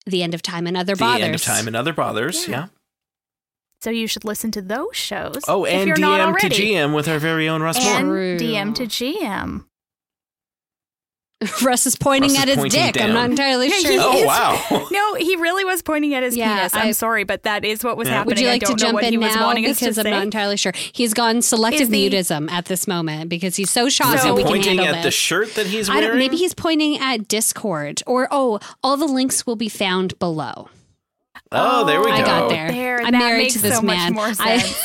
G: The End of Time and Other
C: The
G: Bothers.
C: end of time and other bothers, yeah.
D: So you should listen to those shows.
C: Oh,
D: if
C: and
D: you're not
C: DM to
D: already.
C: GM with our very own Russ Moore.
D: And
G: True.
D: DM to GM.
C: <laughs>
G: <laughs> Russ is pointing
C: Russ is
G: at his
C: pointing
G: dick.
C: down.
G: I'm not entirely
D: Yeah,
G: sure.
D: he
C: Oh
D: is.
G: <laughs>
C: wow.
D: No, he really was pointing at his
G: Yeah,
D: penis. I'm
G: I-
D: sorry, but that is what was
C: Yeah.
D: happening.
G: Would you like to
D: I don't know
G: jump
D: what he
G: in
D: was
G: now
D: wanting us
G: because
D: to
G: I'm
D: say.
G: not entirely sure. He's gone selective
D: Is the-
G: mutism at this moment because he's so shocked
C: Is
G: that
D: So-
C: he
G: we can
C: pointing
G: handle
C: at
G: this.
C: the shirt that he's
G: I
C: wearing?
G: don't, maybe he's pointing at Discord or oh, all the links will be found below.
C: Oh, there we go.
G: I got there.
D: There,
G: I'm
D: that
G: married
D: makes
G: to this
D: so much
G: man.
D: more
G: I-
D: sense.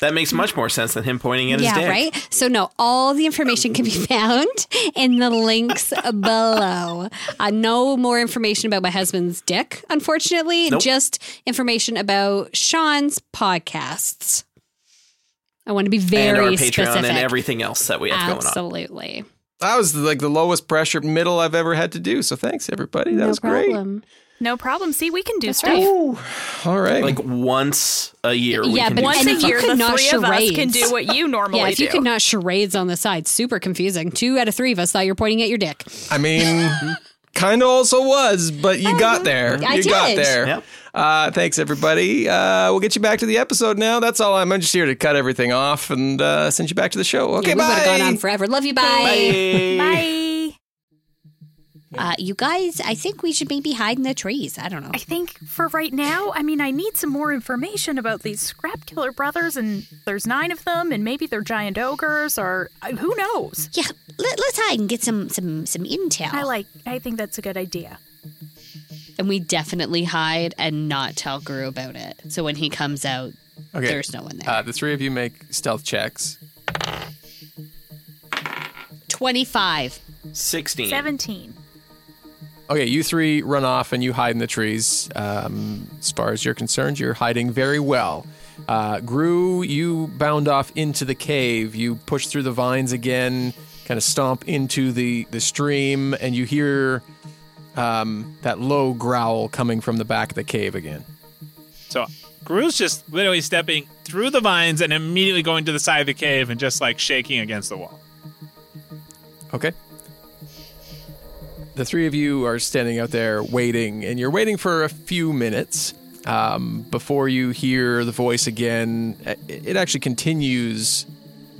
C: That makes much more sense than him pointing at
G: yeah,
C: his dick.
G: right. So no, all the information can be <laughs> found in the links below. Uh, no more information about my husband's dick, unfortunately.
C: Nope.
G: Just information about Sean's podcasts. I want to be very
C: and our Patreon
G: specific.
C: and everything else that we have going on.
G: Absolutely,
E: That was like the lowest pressure middle I've ever had to do. So thanks everybody. That
G: no
E: was
G: problem.
D: No problem. See, we can do
G: That's
D: stuff.
G: right.
E: great. Ooh, all right.
C: Like once a year, we
G: Yeah,
C: can
G: but
C: do
G: once
D: Once
G: And
D: a
G: if you
D: year,
G: could
D: the
G: not
D: three of us
G: charades.
D: can do what you normally
G: Yeah, if you
D: do.
G: could not charades on the side, super confusing. Two out of three of us thought you were pointing at your dick.
E: I mean, <laughs> kind of also was, but you got there.
G: Oh, I
E: you
G: did.
E: got there.
C: Yep.
E: Uh, thanks, everybody. Uh, we'll get you back to the episode now. That's all. I'm I'm just here to cut everything off and uh, send you back to the show. Okay,
G: yeah, we would
E: bye.
G: have gone on forever. Love you.
C: Bye.
D: Bye.
G: Uh, you guys, I think we should maybe hide in the trees. I don't know.
D: I think for right now, I mean, I need some more information about these scrap killer brothers, and there's nine of them, and maybe they're giant ogres, or uh, who knows?
G: Yeah, let, us hide and get some some some intel.
D: I like. I think that's a good idea.
G: and we definitely hide and not tell Guru about it. So when he comes out,
E: Okay.
G: there's no one there.
E: Uh, the three of you make stealth checks.
G: Twenty five.
C: Sixteen.
D: Seventeen.
E: Okay, you three run off and you hide in the trees. Um, as far as you're concerned, you're hiding very well. Uh, Gru, you bound off into the cave. You push through the vines again, kind of stomp into the, the stream, and you hear um, that low growl coming from the back of the cave again.
F: So Gru's just literally stepping through the vines and immediately going to the side of the cave and just like shaking against the wall.
E: Okay. The three of you are standing out there waiting, and you're waiting for a few minutes um, before you hear the voice again. It- It actually continues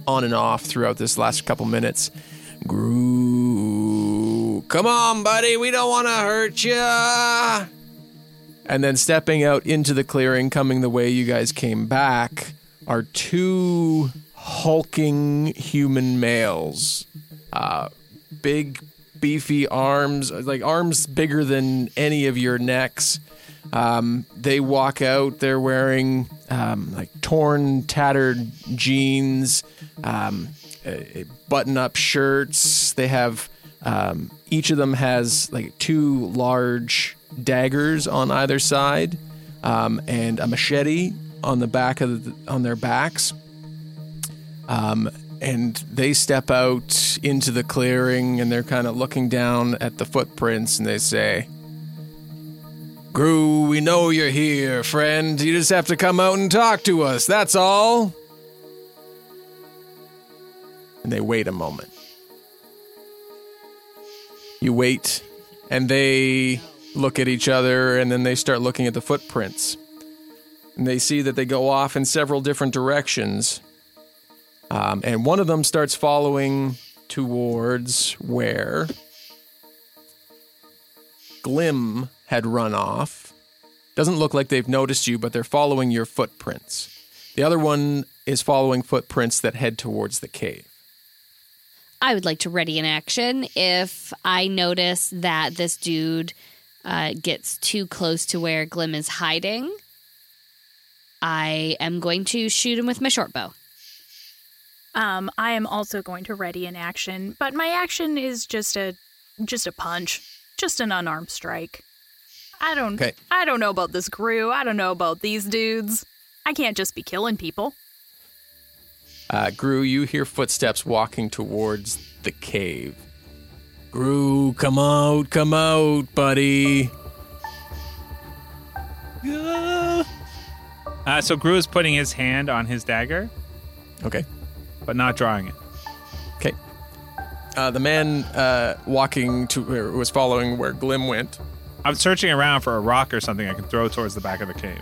E: on and off throughout this last couple minutes. Groo, come on, buddy, we don't want to hurt ya. And then stepping out into the clearing, coming the way you guys came back, are two hulking human males. Uh, big, beefy arms, like arms bigger than any of your necks. Um, they walk out. They're wearing um, like torn, tattered jeans, um, button up shirts. They have, um, each of them has like two large daggers on either side um, and a machete on the back of the, on their backs. Um, and they step out into the clearing and they're kind of looking down at the footprints and they say, Gru, we know you're here, friend. You just have to come out and talk to us. That's all. And they wait a moment. You wait, and they look at each other, and then they start looking at the footprints. And they see that they go off in several different directions. Um, and one of them starts following towards where Glim had run off. Doesn't look like they've noticed you, but they're following your footprints. The other one is following footprints that head towards the cave.
G: I would like to ready an action if I notice that this dude uh, gets too close to where Glim is hiding. I am going to shoot him with my short bow.
D: Um, I am also going to ready an action, but my action is just a just a punch, just an unarmed strike. I don't
E: Okay.
D: I don't know about this crew. I don't know about these dudes. I can't just be killing people. <laughs>
E: Uh, Gru, you hear footsteps walking towards the cave. Gru, come out, come out, buddy.
F: Yeah. Uh, so Gru is putting his hand on his dagger,
E: Okay.
F: but not drawing it.
E: Okay. Uh, the man uh, walking to who was following where Glim went.
F: I'm searching around for a rock or something I can throw towards the back of the cave.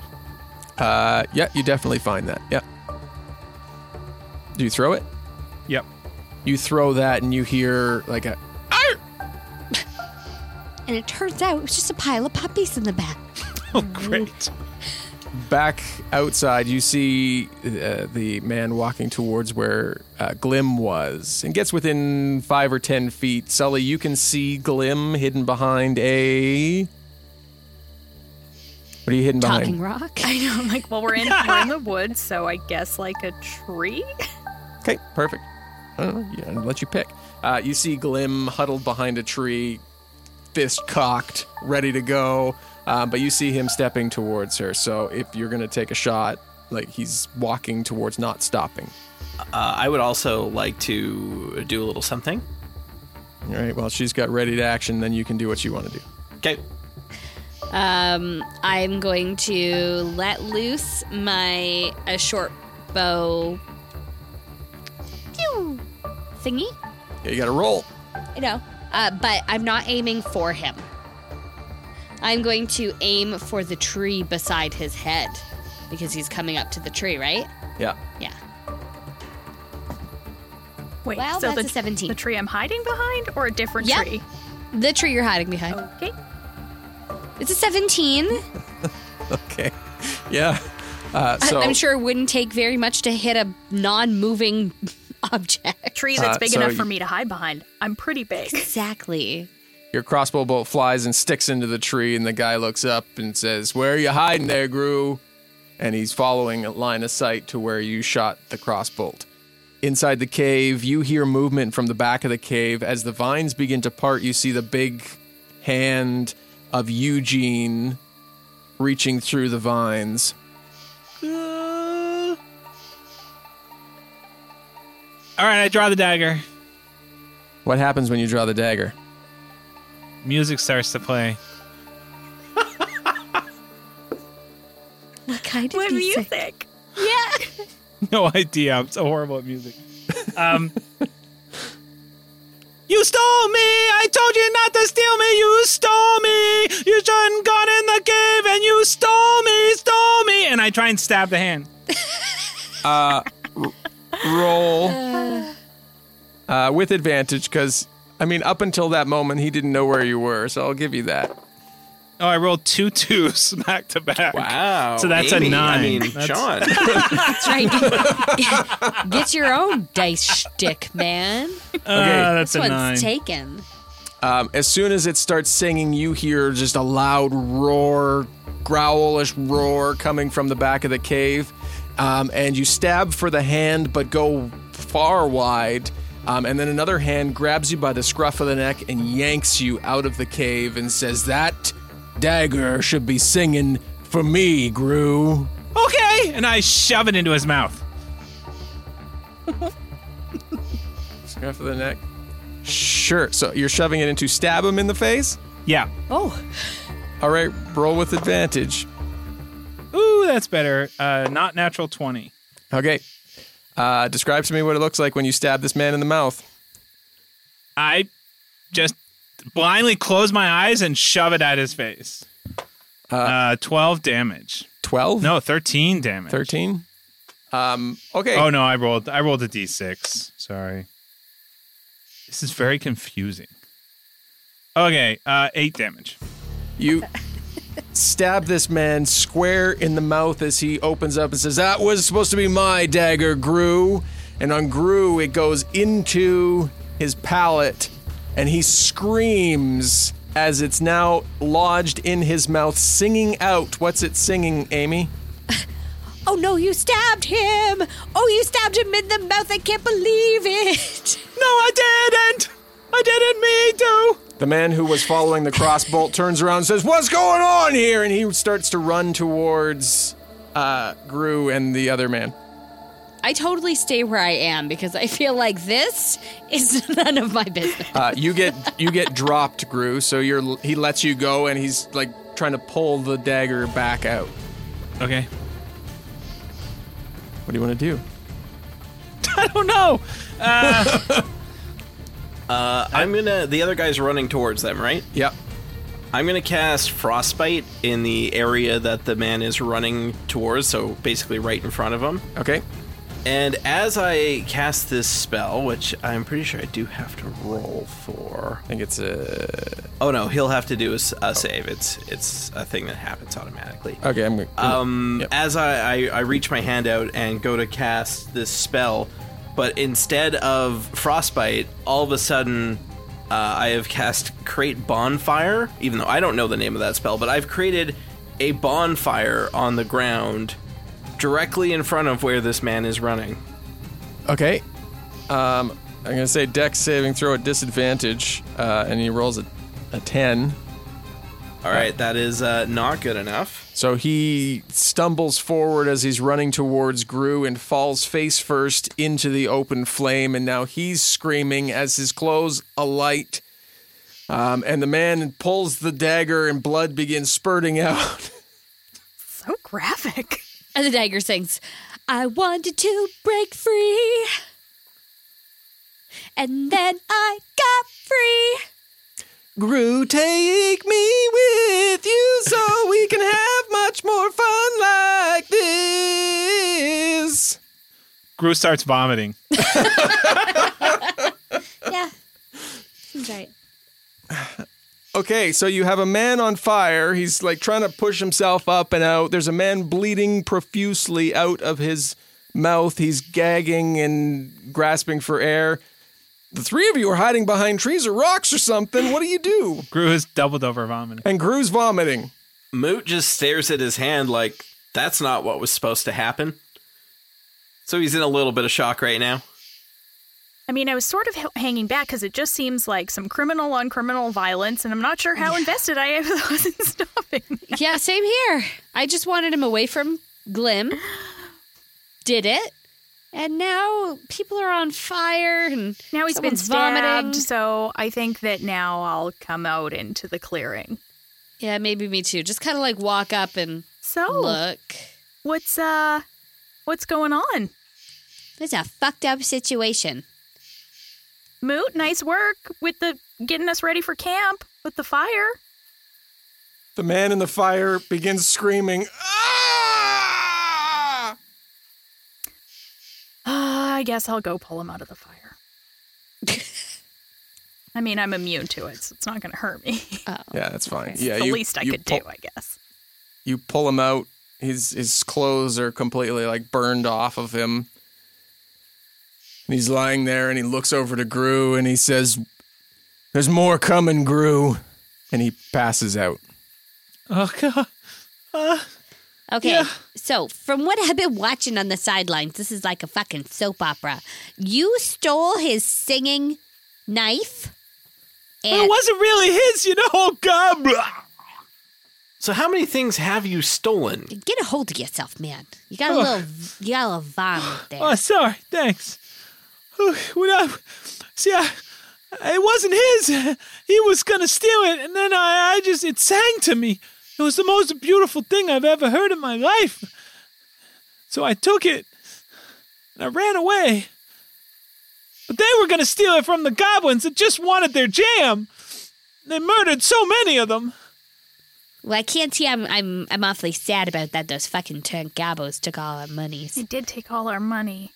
E: Uh, yeah, you definitely find that. Yeah. Do you throw it?
F: Yep.
E: You throw that, and you hear like a
G: And it turns out it was just a pile of puppies in the back.
F: <laughs> Oh, great.
E: back outside, you see uh, the man walking towards where uh, Glim was and gets within five or ten feet. Sully, you can see Glim hidden behind a. What are you hidden behind?
G: Talking rock.
D: I know. I'm like, well, we're in we're in the woods, so I guess like a tree.
E: Okay, perfect. I don't know. Yeah, I'll let you pick. Uh, you see Glim huddled behind a tree, fist cocked, ready to go. Uh, but you see him stepping towards her. So if you're gonna take a shot, like he's walking towards, not stopping.
C: Uh, I would also like to do a little something.
E: All right. Well, she's got ready to action. Then you can do what you want to do.
C: Okay.
G: Um, I'm going to let loose my a short bow Pew! thingy.
E: Yeah, you got to roll.
G: I know, uh, but I'm not aiming for him. I'm going to aim for the tree beside his head because he's coming up to the tree, right?
E: Yeah. <laughs>
G: Yeah.
D: Wait,
G: Well,
D: so
G: that's
D: the,
G: a 17.
D: the tree I'm hiding behind, or a different
G: Yep.
D: tree?
G: The tree you're hiding behind.
D: Okay.
G: It's a 17.
E: Okay. Yeah. Uh,
G: I-
E: so
G: I'm sure it wouldn't take very much to hit a non moving <laughs> object.
D: Tree that's
E: Uh,
D: big
E: so
D: enough
E: you-
D: for me to hide behind. I'm
G: <laughs>
D: pretty big.
G: Exactly.
E: your crossbow bolt flies and sticks into the tree, and the guy looks up and says, "Where are you hiding there, Gru?" And he's following a line of sight to where you shot the crossbolt. Inside the cave, you hear movement from the back of the cave. As the vines begin to part, you see the big hand of Eugene reaching through the vines.
F: All right, I draw the dagger.
E: What happens when you draw the dagger?
F: Music starts to play.
G: What kind of
D: What
G: music?
D: music?
F: <laughs> No idea. I'm so horrible at music. Um, <laughs> you stole me. I told you not to steal me. You stole me. You shouldn't gone in the cave, and you stole me, stole me. And I try and stab the hand.
E: roll uh, with advantage because I mean, up until that moment, he didn't know where you were, so I'll give you that.
F: Oh, I rolled two twos <laughs> back to back.
C: Wow.
F: So that's
C: Amy,
F: a nine.
C: I mean,
F: That's- <laughs>
C: Sean.
G: That's right. Get your own dice shtick, man.
F: Ah, that's
G: This
F: a
G: one's
F: nine.
G: taken.
E: Um, as soon as it starts singing, you hear just a loud roar, growlish roar coming from the back of the cave. Um, and you stab for the hand, but go far wide. Um, and then another hand grabs you by the scruff of the neck and yanks you out of the cave and says, That dagger should be singing for me, Gru.
F: okay, and I shove it into his mouth.
E: Scruff of the neck. Sure. So you're shoving it into stab him in the face?
F: Yeah.
G: Oh,
E: All right, roll with advantage.
F: Ooh, that's better. Uh, not natural twenty.
E: Okay. Uh, describe to me what it looks like when you stab this man in the mouth.
F: I just blindly close my eyes and shove it at his face. Uh, twelve damage.
E: 12?
F: No, thirteen damage.
E: 13? Um, okay.
F: Oh no, I rolled. I rolled a d6. Sorry. This is very confusing. Okay, uh, eight damage.
E: You stab this man square in the mouth as he opens up and says, That was supposed to be my dagger, Gru. And on Gru, it goes into his palate, and he screams as it's now lodged in his mouth, singing out. What's it singing, Amy?
G: oh no, you stabbed him. Oh, you stabbed him in the mouth. I can't believe it.
F: No, I didn't. I didn't mean to.
E: The man who was following the crossbolt turns around and says, What's going on here? And he starts to run towards uh, Gru and the other man.
G: I totally stay where I am because I feel like this is <laughs> none of my business.
E: Uh, you get <laughs> you get dropped, Gru, so you're he lets you go and he's like trying to pull the dagger back out.
F: Okay.
E: What do you want to do?
F: I don't know.
C: I'm gonna. The other guy's running towards them, right?
E: Yep.
C: I'm gonna cast frostbite in the area that the man is running towards, so basically right in front of him.
E: Okay.
C: And as I cast this spell, which I'm pretty sure I do have to roll for.
E: I think it's uh, a
C: Oh no, he'll have to do a, s- a save. It's it's a thing that happens automatically.
E: okay. I'm
C: Um,
E: Yep.
C: as I, I, I reach my hand out and go to cast this spell, but instead of frostbite, all of a sudden, uh, I have cast create bonfire. Even though I don't know the name of that spell, but I've created a bonfire on the ground directly in front of where this man is running.
E: okay. Um, I'm gonna say Dex saving throw at disadvantage, uh, and he rolls a, a ten.
C: All right, that is uh, not good enough.
E: So he stumbles forward as he's running towards Gru and falls face first into the open flame. And now he's screaming as his clothes alight. Um, and the man pulls the dagger and blood begins spurting out. <laughs>
D: So graphic.
G: And the dagger sings, I wanted to break free. And then I got free.
E: Gru, take me with you so we can have much more fun like this.
F: Gru starts vomiting.
G: Yeah. Seems right.
E: Okay, so you have a man on fire. He's like trying to push himself up and out. There's a man bleeding profusely out of his mouth. He's gagging and grasping for air. The three of you are hiding behind trees or rocks or something. What do you do?
F: Gru is doubled over vomiting.
E: And Gru's vomiting.
C: Moot just stares at his hand like that's not what was supposed to happen. So he's in a little bit of shock right now.
D: I mean, I was sort of h- hanging back because it just seems like some criminal on criminal violence, and I'm not sure
G: <laughs>
D: how invested I am <laughs> that wasn't stopping.
G: Yeah, same here. I just wanted him away from Glim. Did it. And now people are on fire and
D: Now he's
G: Someone's
D: been stabbed,
G: vomiting.
D: so I think that now I'll come out into the clearing.
G: Yeah, maybe me too. Just kind of like walk up and
D: So
G: look.
D: what's uh, what's going on?
G: It's a fucked up situation.
D: Moot, nice work with the getting us ready for camp with the fire.
E: The man in the fire begins screaming. Ah!
D: <laughs> Ah, I guess I'll go pull him out of the fire. I mean, I'm immune to it, so it's not going to hurt me. <laughs>
E: Yeah, that's fine.
D: It's
E: Yeah,
D: the
E: you-
D: least I
E: you
D: could
E: pull-
D: do, I guess.
E: You pull him out. His his clothes are completely like burned off of him. And he's lying there, and he looks over to Gru, and he says, "There's more coming, Gru," and he passes out.
F: Oh god.
G: Okay. So, from what I've been watching on the sidelines, this is like a fucking soap opera. You stole his singing knife. And
F: It wasn't really his, you know. Oh god. Blah.
C: So how many things have you stolen?
G: get a hold of yourself, man. You got a little, you got a little vomit there.
F: Oh, sorry. Thanks. Whew, When I, see, I, it wasn't his. He was gonna steal it, and then I, I just it sang to me. It was the most beautiful thing I've ever heard in my life. So I took it, and I ran away. But they were gonna steal it from the goblins that just wanted their jam. They murdered so many of them.
G: Well, I can't see. I'm, I'm, I'm awfully sad about that. Those fucking turnt gabbos took all our monies.
D: They did take all our money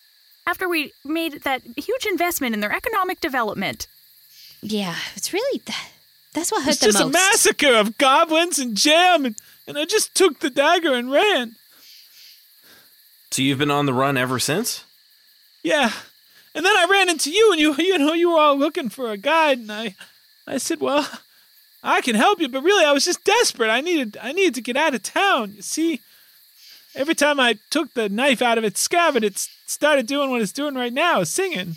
D: after we made that huge investment in their economic development.
G: Yeah, it's really th- that's what hurt
F: It's
G: the
F: just
G: most.
F: a massacre of goblins and jam, and, and I just took the dagger and ran.
C: So you've been on the run ever since?
F: Yeah. And then I ran into you and you you know you were all looking for a guide and I I said, "Well, I can help you, but really I was just desperate. I needed I needed to get out of town. You see, every time I took the knife out of its scabbard, it s- started doing what it's doing right now, singing.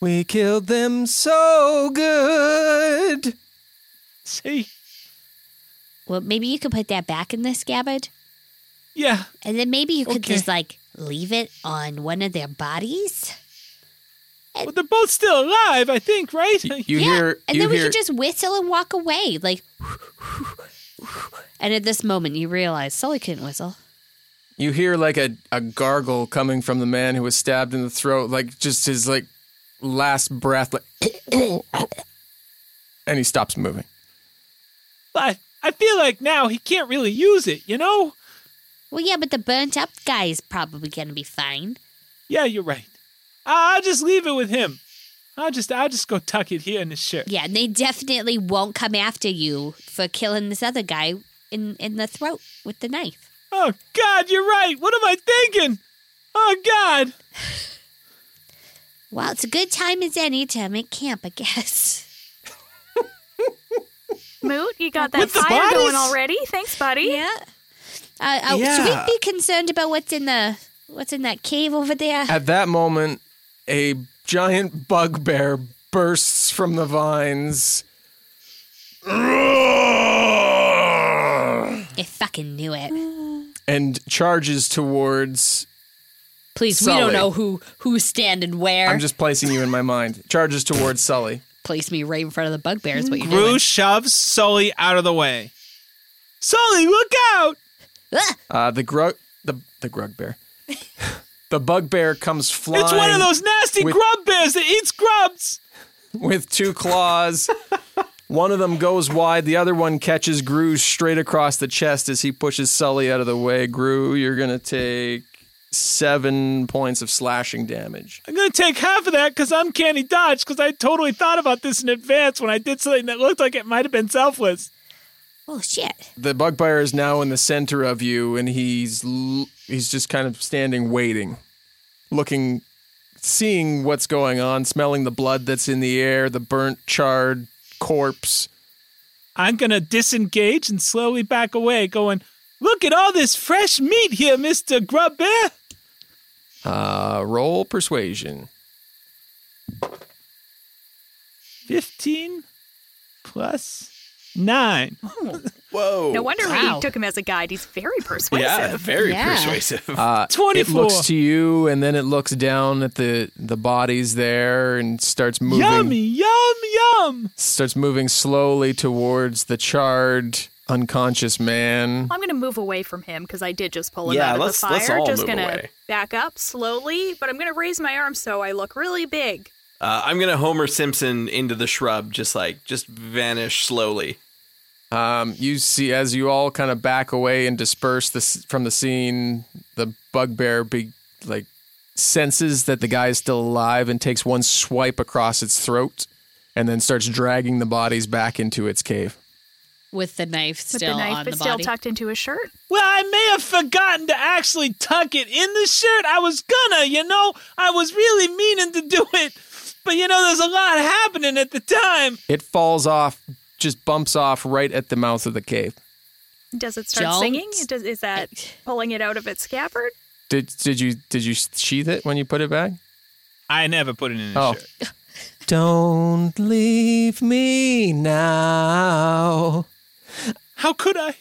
E: We killed them so good.
F: See?
G: well, maybe you could put that back in the scabbard,
F: Yeah.
G: and then maybe you could
F: Okay.
G: just like leave it on one of their bodies.
F: Well, they're both still alive, I think, right?
E: You, you
G: yeah,
E: hear
G: and
E: you
G: then we
E: hear
G: could just whistle and walk away, like. And at this moment, you realize Sully couldn't whistle.
E: you hear like a, a gargle coming from the man who was stabbed in the throat, like just his like last breath, like, <coughs> and he stops moving.
F: But <laughs> I feel like now he can't really use it, you know?
G: Well, yeah, but the burnt up guy is probably gonna be fine.
F: Yeah, you're right. I- I'll just leave it with him. I'll just I'll just go tuck it here in his shirt.
G: Yeah, and they definitely won't come after you for killing this other guy in in the throat with the knife.
F: Oh God, you're right. What am I thinking? Oh God.
G: Well, it's a good time as any to make camp, I guess. <laughs>
D: Moot, you <laughs> got that
F: With the
D: fire
F: bodies?
D: going already. Thanks, buddy.
G: Yeah. Uh, uh,
C: Yeah.
G: Should we be concerned about what's in the what's in that cave over there?
E: At that moment, a giant bugbear bursts from the vines.
G: I fucking knew it.
E: And charges towards.
G: Please, we
E: Sully.
G: don't know who who's standing where.
E: I'm just placing you in my mind. Charges towards Sully.
G: Place me right in front of the bugbear is what you're
F: Rue
G: doing.
F: shoves Sully out of the way. Sully, look out!
G: Ah!
E: Uh, the grug, the the grug bear, <laughs> the bugbear comes flying.
F: It's one of those nasty
E: with-
F: grub bears that eats grubs.
E: with two claws. one of them goes wide, the other one catches Gru straight across the chest as he pushes Sully out of the way. Gru, you're gonna take seven points of slashing damage.
F: I'm gonna take half of that because I'm canny dodge because I totally thought about this in advance when I did something that looked like it might have been selfless.
G: Oh shit!
E: The bugbear is now in the center of you, and he's l- he's just kind of standing, waiting, looking, seeing what's going on, smelling the blood that's in the air, the burnt, charred corpse.
F: I'm gonna disengage and slowly back away, going, "Look at all this fresh meat here, Mister Grub Bear."
E: Uh, roll persuasion.
F: Fifteen plus nine.
E: Uh,
C: Whoa.
D: No wonder
G: Wow.
D: we took him as a guide. He's very persuasive.
C: yeah, very
G: Yeah.
C: persuasive.
F: Uh,
E: It
F: 24.
E: looks to you, and then it looks down at the the bodies there, and starts moving.
F: Yummy, yum, yum.
E: Starts moving slowly towards the charred, unconscious man.
D: I'm going to move away from him because I did just pull him
C: Yeah,
D: out of
C: let's-
D: the
C: let's
D: fire.
C: all
D: just
C: move
D: gonna
C: away.
D: back up slowly, but I'm going to raise my arm so I look really big.
C: Uh, I'm gonna Homer Simpson into the shrub, just like just vanish slowly.
E: Um, you see, as you all kind of back away and disperse this from the scene, the bugbear be like senses that the guy is still alive and takes one swipe across its throat, and then starts dragging the bodies back into its cave.
G: with the knife
D: With
G: still
D: the knife,
G: on
D: but
G: the
D: still
G: body.
D: tucked into his shirt.
F: Well, I may have forgotten to actually tuck it in the shirt. I was gonna, you know, I was really meaning to do it, but you know, there's a lot happening at the time.
E: It falls off, just bumps off right at the mouth of the cave.
D: Does it start
G: Don't.
D: singing? Does, is that pulling it out of its scabbard?
E: Did did you did you sheath it when you put it back?
F: I never put it in the
E: Oh.
F: shirt.
E: Don't leave me now.
F: How could I?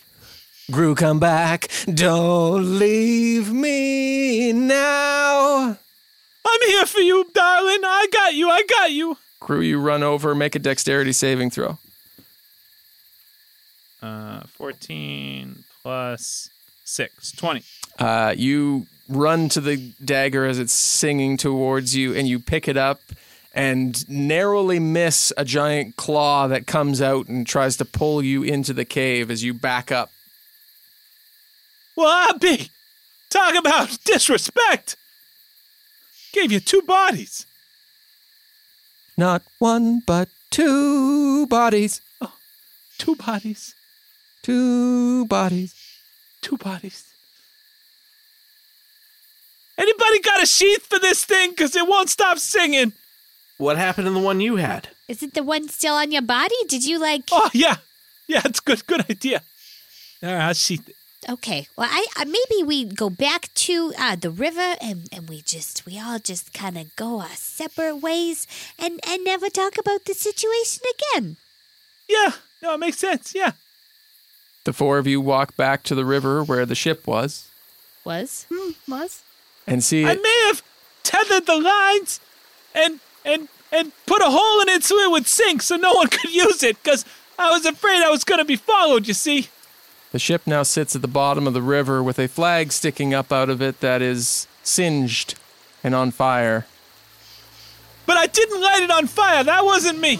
E: Gru, come back. Don't leave me now.
F: I'm here for you, darling. I got you. I got you.
E: Gru, you run over, make a dexterity saving throw.
F: Uh, 14 plus 6, 20.
E: Uh, you run to the dagger as it's singing towards you, and you pick it up and narrowly miss a giant claw that comes out and tries to pull you into the cave as you back up.
F: Well, I be. Talk about disrespect. Gave you two bodies.
E: Not one, but two bodies.
F: Two bodies.
E: Two bodies.
F: Two bodies. Anybody got a sheath for this thing? Because it won't stop singing.
C: What happened in the one you had?
G: Is it the one still on your body? Did you like?
F: Oh, yeah. Yeah, it's good. Good idea. All right, I'll sheath it.
G: Okay. Well, I, I maybe we go back to uh, the river and, and we just we all just kind of go our separate ways and and never talk about the situation again.
F: Yeah. No, it makes sense. Yeah.
E: The four of you walk back to the river where the ship was
G: Was
D: Hmm, was?
E: and see
F: I
E: it.
F: may have tethered the lines and and and put a hole in it so it would sink so no one <laughs> could use it because I was afraid I was going to be followed, you see.
E: The ship now sits at the bottom of the river with a flag sticking up out of it that is singed and on fire.
F: But I didn't light it on fire. That wasn't me.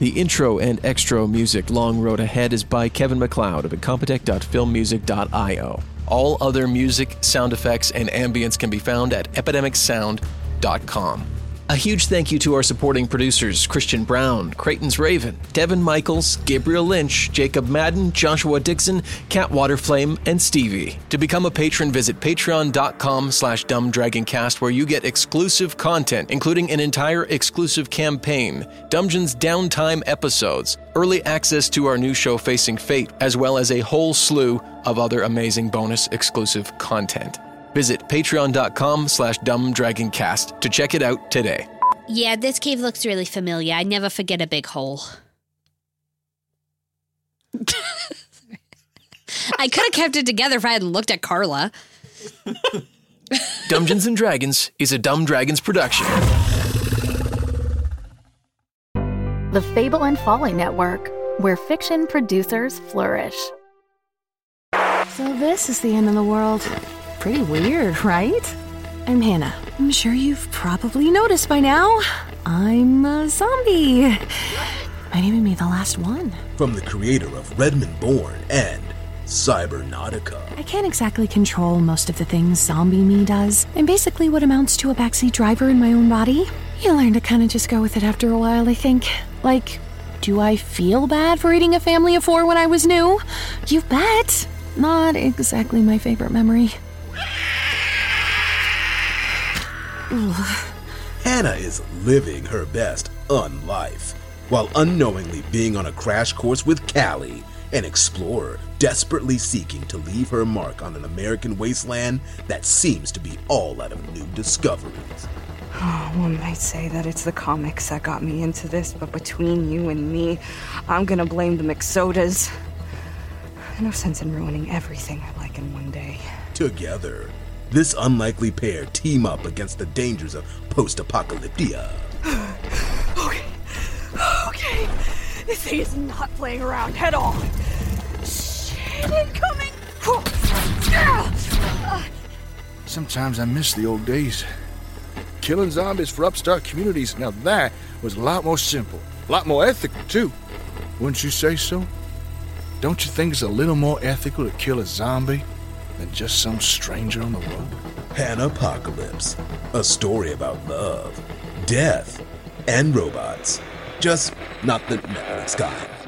E: The intro and extra music Long Road Ahead is by Kevin McLeod of incompetech.filmmusic.io. All other music, sound effects, and ambience can be found at epidemicsound.com. A huge thank you to our supporting producers Christian Brown, Creighton's Raven, Devin Michaels, Gabriel Lynch, Jacob Madden, Joshua Dixon, Cat Waterflame, and Stevie. To become a patron, visit patreon.com slash dumbdragoncast where you get exclusive content, including an entire exclusive campaign, Dungeon's downtime episodes, early access to our new show Facing Fate, as well as a whole slew of other amazing bonus exclusive content. Visit patreon.com slash dumbdragoncast to check it out today.
G: yeah. This cave looks really familiar. I never forget a big hole. I could have kept it together if I hadn't looked at Carla.
E: Dungeons and Dragons is a Dumb Dragons production.
H: The Fable and Folly Network, where fiction producers flourish.
I: So this is the end of the world. Pretty weird, right? I'm Hannah. I'm sure you've probably noticed by now. I'm a zombie. Might even be the last one.
J: From the creator of Redmond Born and Cybernautica.
I: I can't exactly control most of the things zombie me does. I'm basically what amounts to a backseat driver in my own body. You learn to kind of just go with it after a while, I think. Like, do I feel bad for eating a family of four when I was new? You bet! Not exactly my favorite memory.
J: Hannah is living her best unlife while unknowingly being on a crash course with Callie, an explorer desperately seeking to leave her mark on an American wasteland that seems to be all out of new discoveries.
K: One might say that it's the comics that got me into this, but between you and me, I'm gonna blame the McSodas.
L: No sense in ruining everything I like in one day.
J: Together, this unlikely pair team up against the dangers of post apocalyptia.
D: Okay, this thing is not playing around at all. Shit, incoming! Ah!
F: Sometimes I miss the old days. Killing zombies for upstart communities, now that was a lot more simple. A lot more ethical, too. Wouldn't you say so? Don't you think it's a little more ethical to kill a zombie than just some stranger on the road?
J: An apocalypse. A story about love, death, and robots. Just not the Netflix kind.